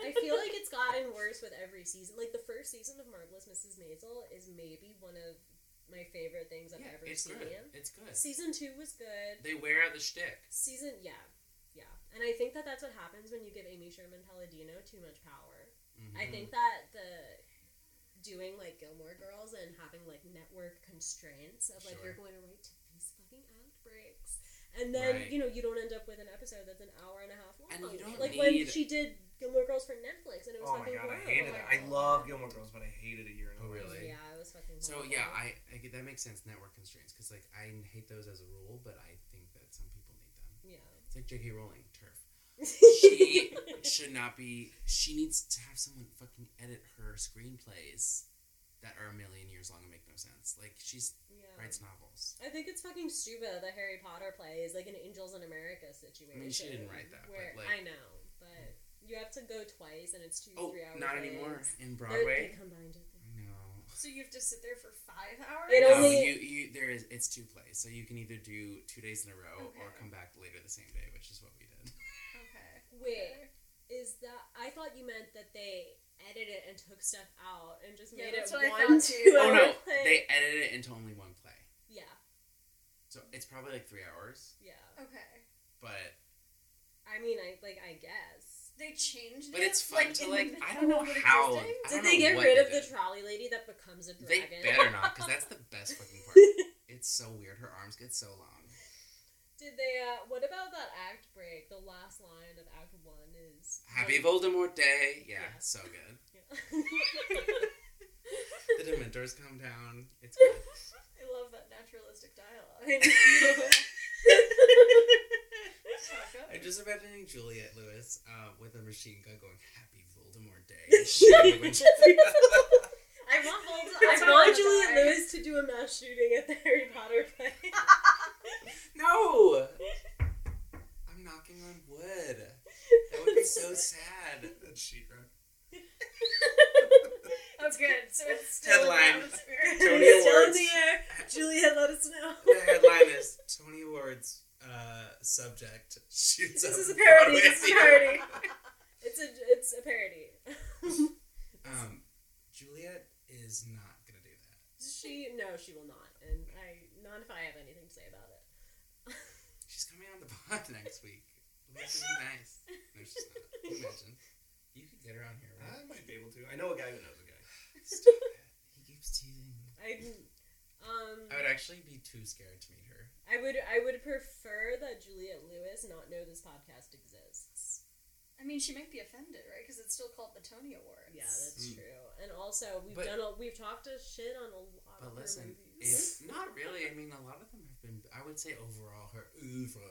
S4: I feel like it's gotten worse with every season. Like the first season of Marvelous Mrs. Maisel is maybe one of my favorite things I've ever
S2: it's
S4: seen.
S2: good. It's good.
S4: Season two was good.
S2: They wear out the shtick.
S4: Season yeah, yeah, and I think that that's what happens when you give Amy Sherman Palladino too much power.
S2: Mhm.
S4: I think that the doing like Gilmore Girls and having like network constraints of like
S2: Sure.
S4: you're going to write to these fucking outbreaks, and then
S2: Right.
S4: you know you don't end up with an episode that's an hour and a half long.
S2: And you don't
S4: like when
S2: need-
S4: she did Gilmore Girls for Netflix, and it was
S3: Oh my
S4: fucking
S3: god, I
S4: horrible.
S3: hated it. I love Gilmore Girls, but I hated it year in
S2: Oh, really?
S4: Yeah, it was fucking.
S2: So
S4: horrible.
S2: yeah, I, I get- that makes sense. Network constraints, because like I hate those as a rule, but I think that some people need them.
S4: yeah.
S2: It's like J.K. Rowling turf. She should not be. She needs to have someone fucking edit her screenplays that are a million years long and make no sense. Like she's
S4: yeah.
S2: writes novels.
S4: I think it's fucking stupid. The Harry Potter play is like an Angels in America situation.
S2: I mean, she didn't write that, but,
S4: where-
S2: like-
S4: I know, but you have to go twice, and it's two,
S2: Oh,
S4: three hours.
S2: not anymore in Broadway.
S4: Broadway. They combined it.
S2: No.
S5: So you have to sit there for five hours.
S4: It
S2: No,
S4: only-
S2: you, you, there is it's two plays, so you can either do two days in a row or
S5: Okay.
S2: come back later the same day, which is what we did.
S5: Okay.
S4: Wait, is that? I thought you meant that they edited it and took stuff out and just
S5: Yeah,
S4: made
S5: that's
S4: it
S5: what I
S4: one
S5: thought too.
S4: two.
S2: oh no,
S4: play.
S2: they edited it into only one play,
S4: Yeah,
S2: so it's probably like three hours.
S4: yeah.
S5: Okay.
S2: But
S4: I mean, I like. I guess.
S5: They changed.
S2: but
S5: it,
S2: it's fun to
S5: in
S2: like.
S5: the
S2: I don't
S5: middle
S2: know
S5: of it
S2: how.
S5: existing?
S2: I
S4: Did
S2: don't
S4: they
S2: know
S4: get
S2: what
S4: rid of the
S2: did.
S4: trolley lady that becomes a
S2: They
S4: dragon?
S2: better not, because that's the best fucking part. it's so weird. Her arms get so long.
S4: Oh, Did they? Uh, what about that act break? The last line of Act One is
S2: Happy Voldemort Day. Yeah,
S4: Yeah.
S2: so good.
S4: Yeah.
S2: The Dementors come down. It's good.
S5: I love that naturalistic dialogue.
S4: I know.
S2: I'm just imagining Juliet Lewis uh, with a machine gun going "Happy Voldemort Day." and shooting a bunch of-
S4: I want Vold-
S5: That's
S4: I
S5: how I
S4: want
S5: wanna
S4: Juliet
S5: die.
S4: Lewis to do a mass shooting at the Harry Potter play.
S2: no, I'm knocking on wood. That would be so sad.
S3: That's She-Ra.
S5: That's Oh, good. So it's still in the
S2: Headline.
S5: atmosphere.
S2: Tony
S4: It's still in
S2: Awards.
S4: the air. Juliet, let us know.
S2: The headline is Tony Awards uh, subject shoots up
S4: This is a parody. This is a
S2: Broadway."
S4: parody. It's a it's a parody.
S2: Um, Juliet is not gonna do that.
S4: she no, she will not, and I not if I have anything to say about it.
S2: She's coming on the pod next week. This is nice. No, she's not. Can you Imagine. You could get her on here, right?
S3: I might be able to. I know a guy who knows a guy.
S2: Stop it. He keeps teasing me.
S4: I um
S2: I would actually be too scared to meet her.
S4: I would I would prefer that Juliet Lewis not know this podcast exists.
S5: I mean, she might be offended, right? Because it's still called the Tony Awards.
S4: Yeah, that's
S2: Mm.
S4: true. And also, we've
S2: But-
S4: done a, we've talked a shit on a lot
S2: But
S4: of her
S2: listen, it's
S4: movies.
S2: not really. I mean, a lot of them have been. I would say overall, her oeuvre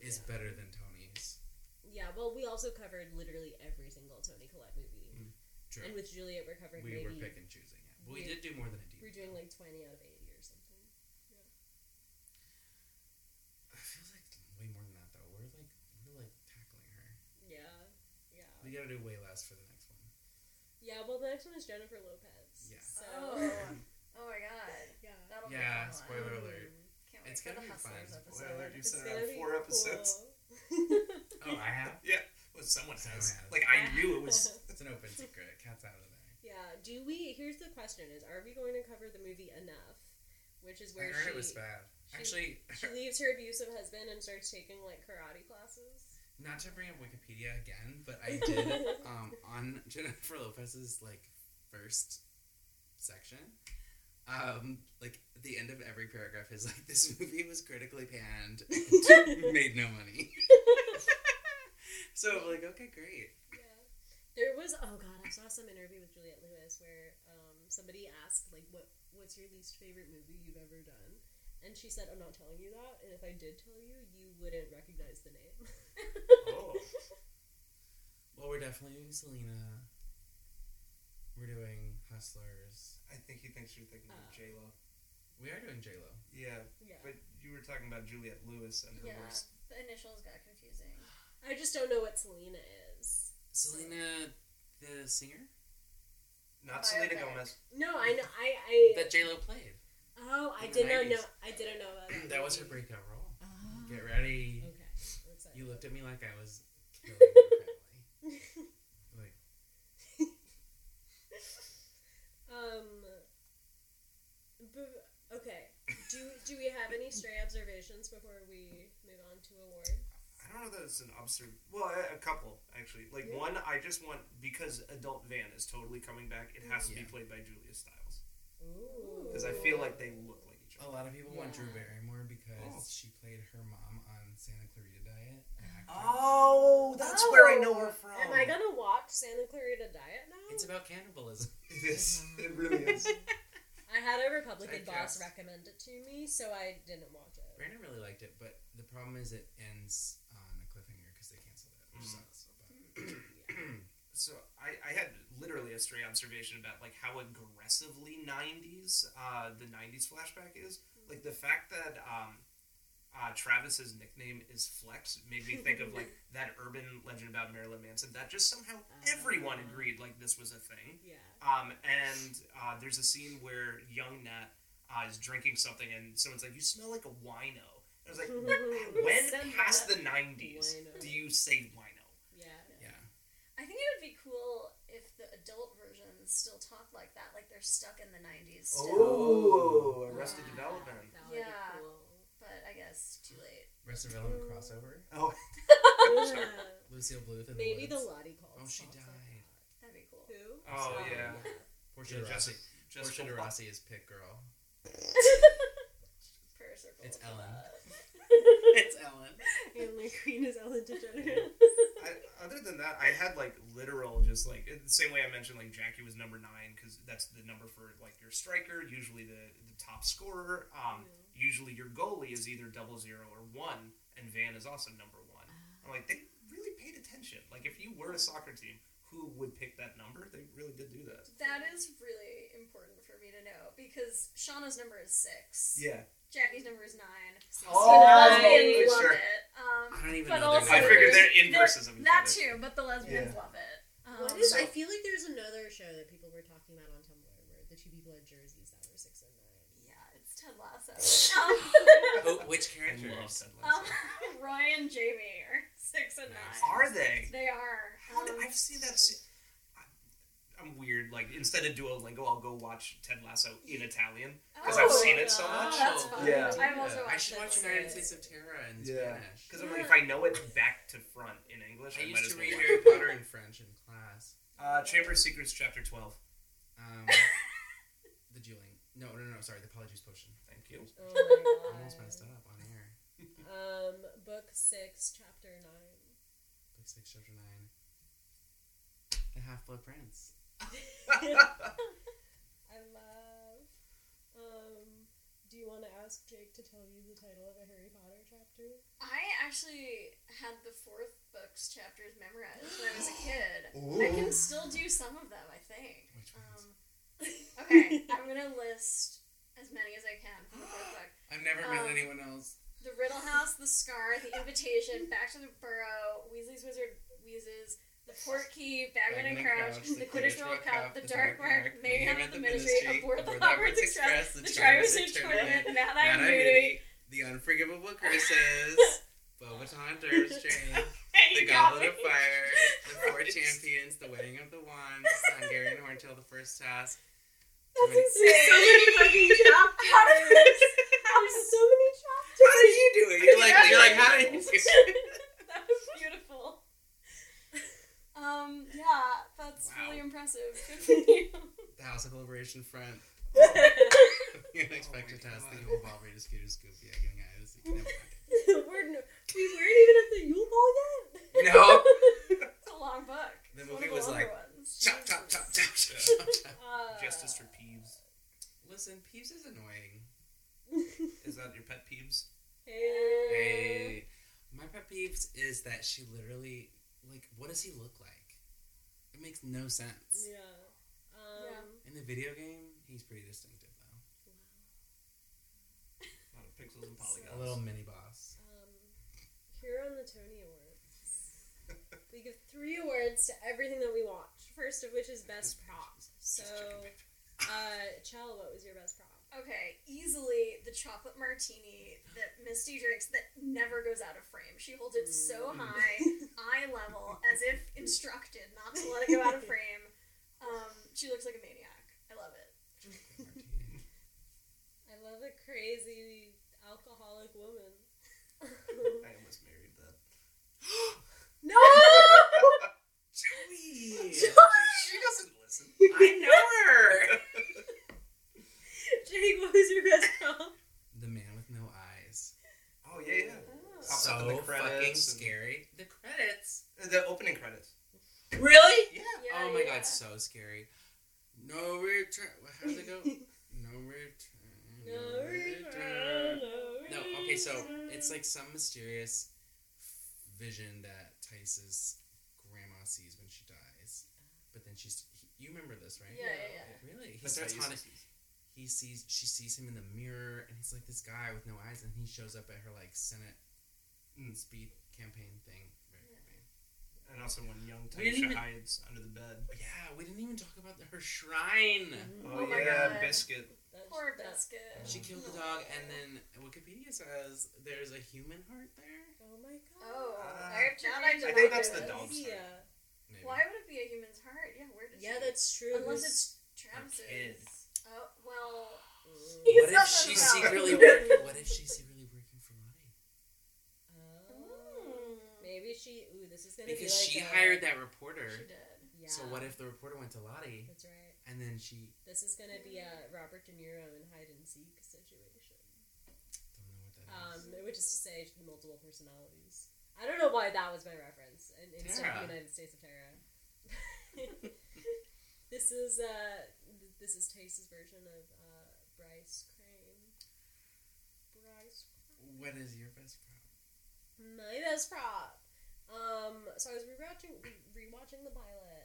S2: is
S4: Yeah.
S2: better than Tony's.
S4: yeah, well, we also covered literally every single Tony Collette movie,
S2: True.
S4: and with Juliet, we're covering
S2: we
S4: maybe
S2: were pick and choosing it. But we
S4: we-
S2: did do more than a deep.
S4: we're doing like twenty out of eighty or something.
S2: I feel like way more than that though. We're like we're like tackling her.
S4: Yeah, yeah,
S2: We gotta do way less for the next one.
S4: yeah. Well, the next one is Jennifer Lopez.
S2: Yeah.
S4: So
S5: Oh. Oh my god.
S4: yeah.
S5: That'll be
S2: Yeah,
S5: fun.
S2: spoiler alert.
S5: Can't wait
S2: It's
S5: for
S2: gonna
S5: the
S2: be
S5: Hustlers
S2: fun.
S5: episode.
S3: Spoiler alert, you
S4: It's gonna
S3: said I have
S4: be
S3: four episodes.
S4: cool.
S2: Oh, I have.
S3: Well, someone has.
S2: Someone has.
S3: Like I knew it was.
S2: It's an open secret. Cat's out of the bag.
S4: yeah. Do we? Here's the question: Is are we going to cover the movie enough? Which is where
S2: I heard
S4: she
S2: it was bad.
S4: she-
S2: Actually,
S4: She leaves her abusive husband and starts taking like karate classes.
S2: not to bring up Wikipedia again, but I did um, on Jennifer Lopez's like first section. Um, like at the end of every paragraph is like this movie was critically panned, and made no money. so I'm like, okay, great.
S4: Yeah. There was oh god, I saw some interview with Juliette Lewis where um, somebody asked like what what's your least favorite movie you've ever done, And she said, I'm not telling you that. And if I did tell you, you wouldn't recognize the name.
S3: Oh.
S2: Well, we're definitely doing Selena. We're doing Hustlers.
S3: I think he thinks you're thinking
S4: Uh.
S3: of J Lo.
S2: We are doing J Lo.
S3: Yeah,
S4: yeah.
S3: but you were talking about Juliet Lewis and her
S5: Yeah.
S3: worst.
S5: The initials got confusing.
S4: I just don't know what Selena is.
S2: Selena, the singer
S3: Not
S5: Oh,
S3: Selena
S5: okay.
S3: Gomez.
S4: No, I know. I. I
S2: that J Lo played.
S4: oh, I
S2: in the
S4: did not
S2: 90s.
S4: know. I didn't know about that.
S2: that was her
S4: movie.
S2: breakout role.
S1: Ah.
S2: Get ready.
S4: Okay. I'm excited.
S2: You looked at me like I was killing your family. Like,
S4: um. bu- okay. Do do we have any stray observations before we move on to award?
S3: I don't know that it's an observation. Well, a, a couple actually. Like
S4: Yeah.
S3: one, I just want because Adult Van is totally coming back. It has to be
S2: Yeah.
S3: played by Julia Stiles
S4: Ooh.
S3: because I feel like they look like each
S2: a
S3: other.
S2: lot of people want Drew
S1: Yeah.
S2: Barrymore because
S3: Oh.
S2: she played her mom on Santa Clarita Diet. an actress.
S3: Oh, that's where I know her from.
S4: Oh. Am I gonna watch Santa Clarita Diet now?
S2: It's about cannibalism.
S3: It is. It really is.
S4: I had a Republican boss
S2: Sidecast.
S4: recommend it to me, so I didn't watch it.
S2: Brandon really liked it, but the problem is it ends on a cliffhanger because they canceled it, which
S3: Mm.
S2: sucks. But
S3: So I, I had literally a stray observation about like how aggressively '90s uh, the '90s flashback is. Like the fact that um, uh, Travis's nickname is Flex made me think of like that urban legend about Marilyn Manson. That just somehow everyone
S4: Ah.
S3: agreed like this was a thing.
S4: Yeah.
S3: Um, and uh, there's a scene where young Nat uh, is drinking something, and someone's like, "You smell like a wino." I was like, "When
S4: Send
S3: past
S4: that
S3: the '90s
S4: wino.
S3: do you say wino?"
S4: Yeah.
S2: yeah,
S5: I think it would be cool if the adult versions still talk like that, like they're stuck in the 90s still.
S3: Oh, Arrested
S4: Ah,
S3: Development.
S4: That would
S5: Yeah.
S4: be cool.
S5: But I guess too late.
S2: Rest of Element crossover.
S3: Oh,
S4: Yeah.
S2: Lucille Bluth in
S4: Maybe
S2: the
S4: the
S2: woods.
S4: Lottie called.
S2: Oh, she died.
S5: That'd be cool.
S4: Who?
S3: Oh, yeah.
S2: Portia
S3: Yeah,
S2: de
S3: Jesse-
S2: Rossi.
S3: just
S2: Portia de
S3: for-
S2: Rossi is Pit Girl.
S5: Prayer circle.
S2: It's
S5: Uh,
S2: Ellen. it's Ellen.
S4: And the queen is Ellen DeGeneres.
S3: I, other than that, I had like literal, just like the same way I mentioned, like Jackie was number nine because that's the number for like your striker, usually the, the top scorer.
S5: Mm-hmm.
S3: Um, Usually your goalie is either double zero or one, and Van is also number one.
S5: Ah.
S3: I'm like, they really paid attention. Like, if you were a soccer team, who would pick that number? They really did do that.
S5: That is really important for me to know because Shauna's number is six.
S3: Yeah.
S5: Jackie's number is nine.
S3: Oh,
S5: so the lesbians love
S3: sure.
S5: it. Um,
S2: I don't even
S5: But
S2: know.
S5: also
S2: their
S3: I
S2: names.
S3: figured
S5: there's-
S3: they're inverses of each other.
S5: that too, but the lesbians love it. Um,
S4: What is?
S5: so-
S4: I feel like there's another show that people were talking about on Tumblr where the two people had jerseys that were six and nine.
S5: Yeah, it's Ted Lasso. um,
S2: Oh, which
S3: I love
S2: characters?
S3: Ted
S5: um,
S3: Lasso.
S5: Roy and Jamie are six and
S2: Nice.
S5: nine.
S3: Are they?
S5: They are.
S3: How did-
S5: Um,
S3: I've seen that. se- I- I'm weird. Like instead of Duolingo, I'll go watch Ted Lasso in Italian. 'Cause I've seen it
S4: Oh
S3: so much.
S5: That's fun.
S3: Yeah.
S5: I've also
S2: I
S5: watched
S2: should
S5: it
S2: watch
S5: since.
S2: United States of Terra in
S3: Yeah.
S2: Spanish.
S3: Because I'm like, if I know it back to front in English, I,
S2: I
S3: might
S2: used
S3: as
S2: to
S3: well.
S2: read
S3: watch
S2: Harry
S3: it.
S2: Potter in French in class.
S3: Uh, Chamber of Secrets, Chapter Twelve.
S2: Um, the dueling. No, no, no. Sorry, the Polyjuice Potion.
S3: Thank you.
S4: Oh my
S2: I
S4: god.
S2: almost messed it up on air.
S4: Um, book six, chapter nine.
S2: Book six, chapter nine. The Half Blood Prince.
S4: I love. Um, do you want to ask Jake to tell you the title of a Harry Potter chapter?
S5: Oh, I actually had the fourth book's chapters memorized when I was a kid. I can still do some of them, I think.
S2: Which ones?
S5: Um, okay, I'm gonna list as many as I can from the fourth book.
S2: I've never met
S5: um,
S2: anyone else.
S5: The Riddle House, The Scar, The Invitation, Back to the Burrow, Weasley's Wizard Wheezes, The Port Key, Bagman and Crouch, The Quidditch World Cup, The Dark Mark, Mayhem at the Ministry, Aboard the Hogwarts Express, The Triwizard Tournament, The Mad Eye
S2: Mad-Eye
S5: Moody.
S2: Moody, The Unforgivable Curses, Bobaton Durstrain, The
S5: You got
S2: Goblet of
S5: me.
S2: Fire, The Four Champions, The Wedding of the Wands, Hungarian Horntail, The First Task.
S4: That's
S2: Wait.
S4: insane.
S5: So many
S4: fucking
S5: How did
S4: There's so many chapters.
S2: How did you do it? You're like, you're like how did you do it?
S5: That was beautiful. Um, yeah, that's
S2: Wow.
S5: really impressive. Good for you.
S2: The House of Liberation Front. The unexpected
S3: Oh my
S2: task, the
S3: God.
S2: Yule Ball, Rita Scooter, Scoop, the Egg, and the Eyes. You can never
S4: We're n- we weren't even at the Yule Ball yet.
S2: find it. No!
S5: It's a long book.
S2: The
S5: It's
S2: movie
S5: one of
S2: was
S5: longer
S2: like-
S5: ones.
S2: Chop, chop, chop, chop, chop, chop.
S4: Uh,
S3: Justice for Peeves.
S2: Listen, Peeves is annoying.
S3: Is that your
S2: believed is that she literally like what does he look like? It makes no sense.
S4: Yeah. Um,
S2: In the video game, he's pretty distinctive though.
S3: A lot of pixels and polygons.
S2: A little mini boss.
S4: Um, here on the Tony Awards, we give three awards to everything that we watch. First of which is best prop. So, uh, Chell, what was your best prop?
S5: Okay, easily the chocolate martini that Misty drinks that never goes out of frame. She holds it so
S2: Mm.
S5: high, eye level, as if instructed not to let it go out of frame. Um, she looks like a maniac. I love it.
S4: I love a crazy alcoholic woman.
S3: I almost married that.
S4: no.
S2: Joey!
S3: She doesn't listen.
S2: I know her.
S4: Jake, what was your best prop?
S2: The man with no eyes.
S3: Oh yeah, yeah. Pops up in
S2: So
S3: the credits
S2: fucking
S3: and-
S2: scary. The credits.
S3: Uh, The opening credits.
S2: Really?
S3: Yeah.
S5: Yeah,
S2: oh my
S5: yeah.
S2: god, so scary. No return. How does it go? no return.
S4: No return,
S2: No, okay, so it's like some mysterious vision that Tice's grandma sees when she dies. But then she's. He, you remember this, right?
S5: Yeah, yeah, yeah.
S2: Really? He
S3: That's
S2: starts
S3: how you
S2: haunting.
S3: see-
S2: He sees. She sees him in the mirror, and he's like this guy with no eyes, and he shows up at her, like, Senate
S3: Mm.
S2: speed campaign thing. Right, right.
S3: And also when young
S2: We didn't
S3: Taisha
S2: even-
S3: hides under the bed.
S2: But yeah, we didn't even talk about the, her shrine.
S4: Mm-hmm.
S5: Oh my God.
S3: biscuit.
S4: That's-
S5: Poor
S4: that's-
S5: biscuit.
S2: She killed the dog, and then Wikipedia says there's a human heart there.
S4: Oh my god.
S5: Oh,
S3: Ah.
S5: I have to
S4: Now I
S5: read
S3: I think
S5: about
S3: that's the
S5: this.
S3: dog. dog's
S4: Yeah.
S2: Maybe.
S5: Why would it be a human's heart? Yeah, where does
S4: Yeah,
S5: she-
S4: that's true. Who's-
S5: Unless it's Travis's.
S3: kid.
S5: Oh well.
S4: Mm.
S5: He's
S2: What if
S5: not
S2: she
S5: that proud.
S2: secretly work, What if she's secretly working for Lottie?
S4: Oh. Maybe she. Ooh, this is gonna be
S2: Because
S4: like
S2: she
S4: a-
S2: hired that
S5: mm, She
S2: reporter.
S5: did.
S4: Yeah.
S2: So what if the reporter went to Lottie
S4: That's right.
S2: and then she
S4: This is gonna be a Robert De Niro and hide and seek situation.
S2: don't know what that is.
S4: Um, which is to say, multiple personalities. I don't know why that was my reference. And in
S2: Tara.
S4: the United States of Terra. this is uh, th- this is Tace's version of uh, Bryce Crane. Bryce
S2: What is your best prop?
S4: My best prop. Um, so I was rewatching re- rewatching the pilot,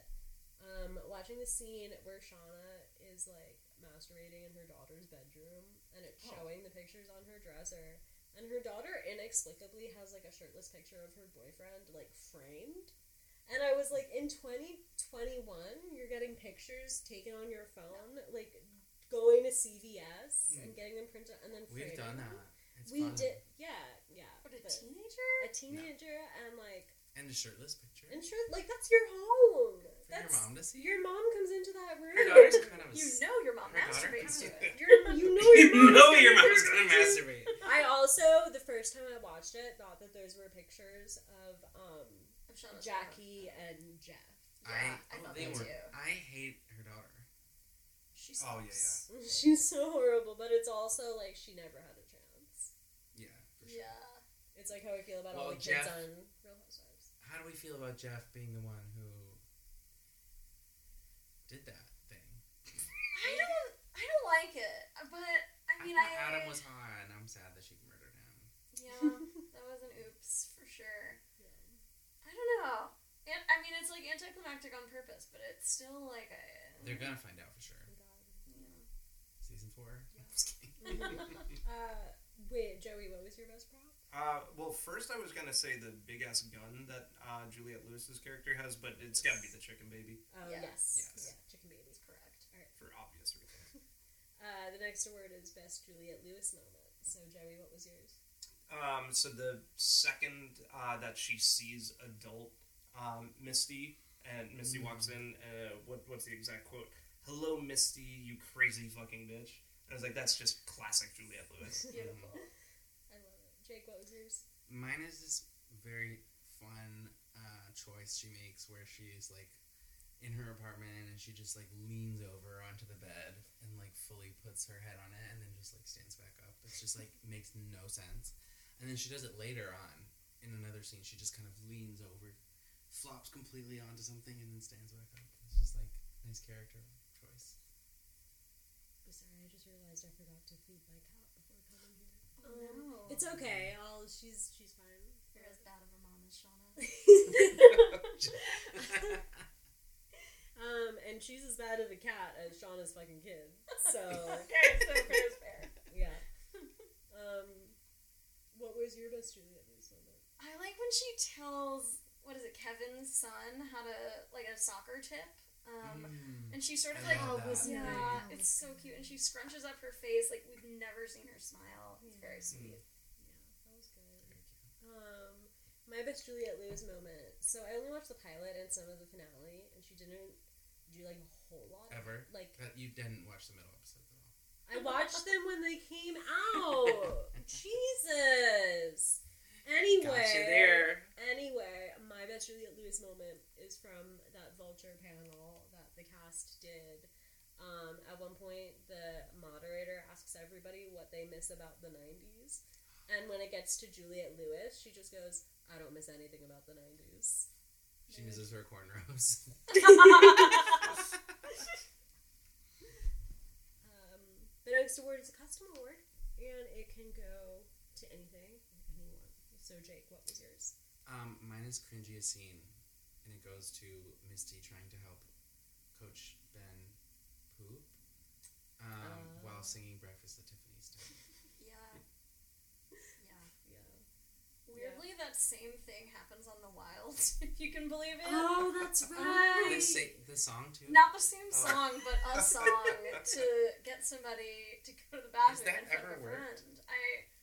S4: um, watching the scene where Shauna is like masturbating in her daughter's bedroom, and it's
S2: Oh.
S4: showing the pictures on her dresser, and her daughter inexplicably has like a shirtless picture of her boyfriend like framed. And I was like, in 2021, you're getting pictures taken on your phone, like going to CVS and getting them printed and then
S2: Mm. We've done
S4: framing them.
S2: that. It's
S4: We
S2: fun.
S4: did, yeah, yeah.
S5: What a
S4: but-
S5: teenager.
S4: a teenager and like
S2: And a shirtless picture
S4: and sure like that's your home.
S2: for
S4: That's
S2: your mom to see.
S4: your mom comes into that room.
S2: Her daughter's kind of a.
S5: You
S2: s-
S5: know your mom
S2: Her daughter
S5: masturbates to
S2: kinda-
S5: it.
S4: Your- you know your
S2: you
S4: mom's
S2: know
S4: gonna
S2: your
S4: do
S2: mom's
S4: it.
S2: gonna masturbate.
S4: I also the first time I watched it thought that those were pictures of um
S5: I'm shut up.
S4: Jackie and Jeff.
S2: I,
S5: Yeah, I
S2: oh,
S5: thought
S2: they
S5: that
S2: were,
S5: too.
S2: I hate her daughter.
S5: She
S3: Oh, yeah,
S5: sucks.
S4: She's so horrible, but it's also like she never had a chance.
S2: Yeah. For sure.
S5: Yeah.
S4: It's like how I feel about all
S2: Well,
S4: the kids
S2: Jeff-
S4: on Real Housewives.
S2: How do we feel about Jeff being the one who did that thing?
S5: I don't. I don't like it, but I mean, I.
S2: thought Adam was hot, and I'm sad that she murdered him.
S5: Yeah, that was an oops for sure. I don't know. And I mean, it's like anticlimactic on purpose, but it's still like. I,
S2: They're gonna find out for sure.
S5: yeah.
S2: Season four. I'm just kidding.
S4: Uh, wait, Joey, what was your best prop?
S3: Uh, well, first I was gonna say the big ass gun that uh, Juliet Lewis's character has, but it's gotta be the chicken baby
S4: Oh
S5: Yes.
S4: yes,
S2: Yes.
S4: yeah, chicken baby is correct. All right.
S3: for obvious reasons.
S4: Uh, the next award is Best Juliet Lewis Moment. So, Joey, what was yours?
S3: Um, so the second uh, that she sees adult um, Misty, and Misty walks in, uh, what, what's the exact quote? Hello, Misty, you crazy fucking bitch. And I was like, that's just classic Juliet Lewis.
S5: Beautiful.
S4: I love it. Jake, what was yours?
S2: Mine is this very fun uh, choice she makes, where she's like in her apartment, and she just like leans over onto the bed and like fully puts her head on it, and then just like stands back up. It's just like makes no sense. And then she does it later on in another scene. She just kind of leans over, flops completely onto something, and then stands back up. It's just like nice character choice.
S4: I'm sorry, I just realized I forgot to feed my cat before coming here.
S5: Oh, no.
S4: It's okay. I'll, she's she's fine.
S5: You're as bad of a mom
S4: Um, and she's as bad as a cat as Shauna's fucking kid. So
S5: okay, so fair's fair.
S4: yeah. Um, what was your best Juliet Lewis moment?
S5: I like when she tells what is it, Kevin's son, how to like a soccer tip. Um,
S2: Mm.
S5: and she sort of
S2: I
S5: like,
S2: love that.
S5: oh, was yeah,
S1: Yeah.
S5: it's so cute. And she scrunches up her face like we've never seen her smile. It's very sweet.
S4: Yeah, that was good. Um, my best Juliet Lewis moment. So I only watched the pilot and some of the finale, and she didn't do like a whole lot. of-
S2: Ever.
S4: Like
S2: That you didn't watch the middle episode at all.
S4: I watched them when they came out. Jesus. Anyway, Anyway, my best Juliet Lewis moment is from that vulture panel that the cast did. Um, at one point, the moderator asks everybody what they miss about the 90s. And when it gets to Juliet Lewis, she just goes, I don't miss anything about the 90s.
S2: She misses her cornrows.
S4: Um, the next award is a custom award, and it can go to anything, anyone. So, Jake, what was yours?
S2: Um, mine is cringiest scene, and it goes to Misty trying to help Coach Ben poop um,
S4: Oh.
S2: while singing "Breakfast at Tiffany's." Time. Mm-hmm.
S5: Yeah. Yeah.
S4: Yeah.
S5: Weirdly, that same thing happens on the wild, if you can believe it.
S4: Oh, that's
S2: The,
S4: right.
S2: sa- the song too.
S5: Not the same
S2: Oh.
S5: song, but a song to get somebody to go to the
S2: Has
S5: bathroom.
S2: that
S5: and fuck
S2: ever
S5: a
S2: worked?
S5: friend. I,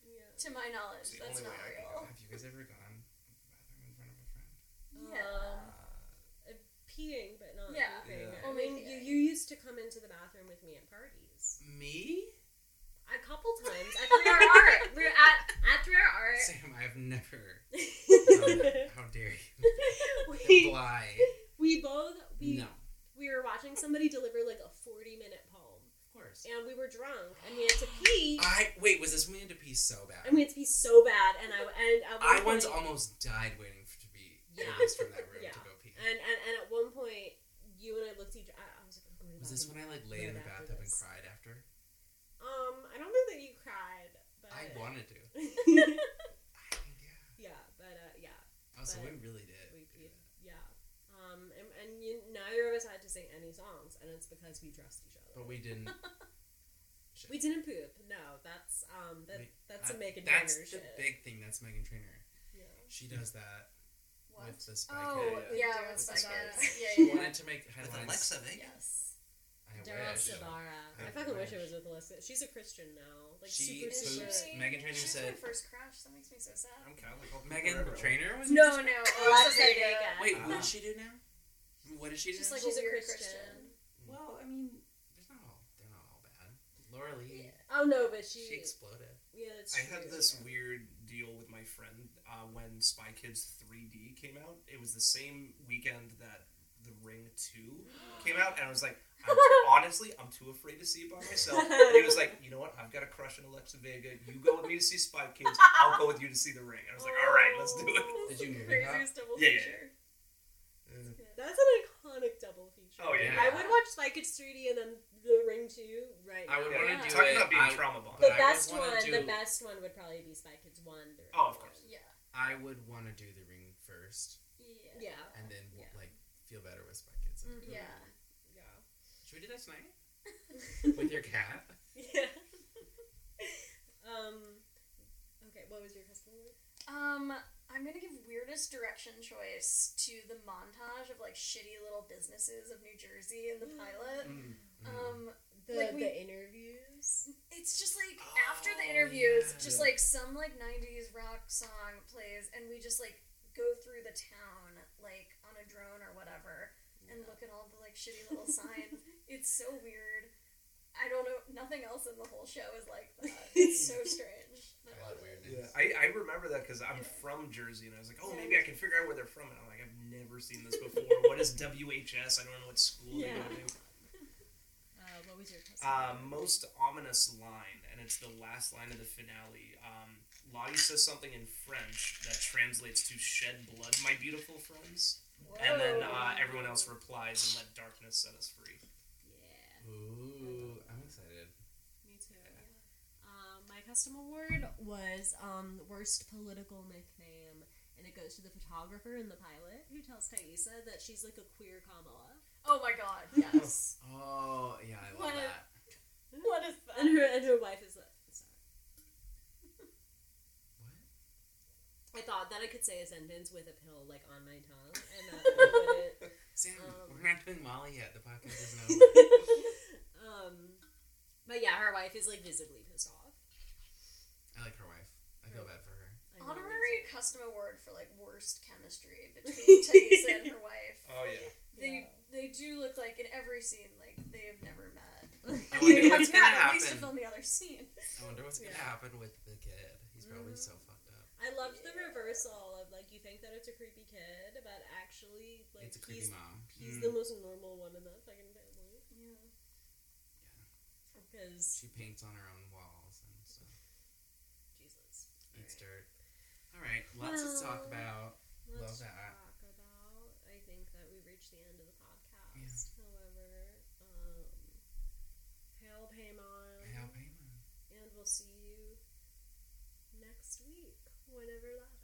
S4: Yeah.
S5: to my knowledge,
S2: It's the
S5: that's
S2: only way
S5: not
S2: I can
S5: real.
S2: go. Have you guys ever gone to the bathroom in front of a friend?
S5: Yeah.
S4: Um, uh, peeing, but not
S5: Yeah.
S4: pooping.
S2: Yeah.
S4: I
S5: Only
S4: mean, you,
S5: peeing.
S4: you used to come into the bathroom with me at parties.
S2: Me,
S4: A couple times at Three Hour Art. We were at at Three Hour Art.
S2: Sam. I have never. done that. How dare you?
S4: we,
S2: Why?
S4: we both we
S2: Um, No.
S4: we were watching somebody deliver like a forty minute poem,
S2: Of course.
S4: and we were drunk, and we had to pee,
S2: I wait. Was this when we had to pee so bad?
S4: and we had to pee so bad, and I and at one
S2: I once
S4: point-
S2: almost died waiting for, to be
S4: Yeah.
S2: released from that room
S4: Yeah.
S2: to go pee.
S4: and, and and at one point you and I looked at each. I, I was like, I'm going to the
S2: Was this when I
S4: bathroom.
S2: like lay in the
S4: Right after
S2: bathtub and
S4: this.
S2: cried after?
S4: Um, I don't know that you cried, but
S2: I wanted to.
S4: won.
S2: I think yeah.
S4: yeah, but uh, yeah.
S2: Oh, so
S4: But
S2: we really did.
S4: we
S2: do
S4: peed. Yeah. Um, and, and you, neither of us had to sing any songs, and it's because we dressed each
S2: that.
S4: other.
S2: But we didn't. Shit.
S4: We didn't poop. No, that's um, that,
S2: We-
S4: that's a
S2: I-
S4: Megan Trainor
S2: That's the
S4: shit.
S2: big thing. That's Megan Trainer.
S4: yeah.
S2: She does that
S5: What?
S2: with the spike
S5: Oh,
S2: head.
S5: yeah,
S4: Daryl
S5: with
S2: Sabara.
S5: Becca. Yeah,
S2: She
S5: yeah, yeah.
S2: wanted to make
S3: With
S2: headlines.
S3: Alexa, Vega.
S5: yes.
S2: I
S4: Daryl
S2: wish.
S4: Sabara. I,
S2: I
S4: fucking wish. it
S2: wish.
S4: was with Alyssa. She's a Christian now. Like
S2: She
S4: super
S2: poops.
S4: super.
S2: Really? Meghan Trainor
S5: She's
S2: said-
S5: my first crush. That makes me so sad.
S3: I'm kind of like hoping
S2: Megan
S3: forever.
S2: Trainer was.
S5: No, no. Alexa
S4: Alexa
S5: Vega.
S4: Vega.
S2: Wait,
S3: Ah.
S2: what does she do now? What does she do?
S5: She's
S2: now?
S5: like
S4: She's
S5: a,
S4: a
S5: weird
S4: Christian.
S5: Christian.
S2: well, I mean, there's not all. They're not all bad. Laura Lee.
S4: Oh no, but she.
S2: She exploded.
S4: yeah, that's
S3: I
S4: true.
S3: had this weird deal with my friend uh, when Spy Kids 3D came out. It was the same weekend that The Ring 2 came out, and I was like, I'm, honestly, I'm too afraid to see it by myself. And he was like, you know what? I've got a crush on Alexa Vega. You go with me to see Spy Kids. I'll go with you to see The Ring. And I was like, all right, let's do it.
S2: Did you hear that?
S5: Craziest double
S3: Yeah, yeah,
S5: feature.
S4: That's an iconic double feature.
S3: Oh, yeah.
S4: I would watch Spike It's 3D and then The Ring 2 right
S2: I would
S4: now.
S2: want
S5: wanna Yeah.
S2: to do
S3: Talking
S2: it.
S3: about being
S2: I-
S3: trauma bond.
S4: The
S2: I would
S4: best
S2: wanna
S4: one, the
S2: do-
S4: best one would probably be Spy Kids One. The Ring
S3: Oh, of
S4: One.
S3: course.
S5: Yeah.
S2: I would want to do the ring first,
S5: Yeah. Mm-hmm.
S4: Yeah.
S2: and then we'll,
S4: Yeah.
S2: like feel better with Spy Kids.
S4: Mhm.
S5: Yeah.
S4: Yeah.
S2: Should we do that tonight with your cat?
S4: yeah. um. Okay. What was your custom word?
S5: Um, I'm gonna give weirdest direction choice to the montage of like shitty little businesses of New Jersey in the pilot.
S3: Mm.
S2: Hmm,
S5: Um,
S4: The
S5: Like we-
S4: the interviews.
S5: it's just like
S2: Oh,
S5: after the interviews,
S2: yeah.
S5: just like some like '90s rock song plays, and we just like go through the town like on a drone or whatever, and look at all the like shitty little signs. It's so weird. I don't know. Nothing else in the whole show is like that. It's so strange. I
S2: I
S5: love
S2: love
S5: it.
S3: Yeah,
S2: weirdness.
S3: I, I remember that because I'm from Jersey, and I was like, oh, maybe I can figure out where they're from. And I'm like, I've never seen this before. what is WHS? I don't know what school they
S4: Yeah.
S3: go to.
S1: Uh, what was your custom?
S3: Uh, most ominous line, and it's the last line of the finale. Um, Lottie says something in French that translates to "shed blood, my beautiful friends," and then uh,
S4: Oh.
S3: everyone else replies and let darkness set us free.
S1: yeah,
S2: Ooh, I'm excited.
S1: me too. Um, my custom award was um, worst political nickname,
S4: and it goes to the photographer in the pilot who tells Thaisa that she's like a queer Kamala.
S5: Oh my god, yes.
S2: Oh yeah, I love
S5: What a-
S2: that.
S5: what is that?
S4: And her and her wife is like, sorry.
S2: What?
S4: I thought that I could say a sentence with a pill like on my tongue, and that would it.
S2: Sam,
S4: Um,
S2: we're not doing Molly yet. The podcast isn't over.
S4: um, but yeah, her wife is like visibly pissed off.
S2: I like her wife. I feel bad for her.
S4: I know,
S5: Honorary
S4: it's-
S5: custom award for like worst chemistry between Taisa and her wife.
S3: Oh yeah.
S5: They they do look like in every scene like they have never met.
S2: I wonder
S5: They have
S2: what's
S5: met
S2: gonna
S5: at least to
S2: happen.
S5: film the other scene.
S2: I wonder what's gonna
S4: Yeah.
S2: happen with the kid. He's probably
S4: Mhm.
S2: so fucked up.
S4: I loved the
S5: Yeah.
S4: reversal of like you think that it's a creepy kid, but actually like
S2: it's a creepy
S4: he's
S2: mom. Hmm.
S4: he's the most normal one in that fucking family
S5: Yeah.
S4: because
S2: She paints on her own walls and stuff.
S4: Jesus.
S2: Eats dirt. All right, lots to talk
S4: Well,
S2: about.
S4: Let's
S2: Love that.
S4: talk about. I think that we've reached the end of the podcast. However, um, hail Paimon,
S2: Hail Paimon.
S4: and we'll see you next week whenever that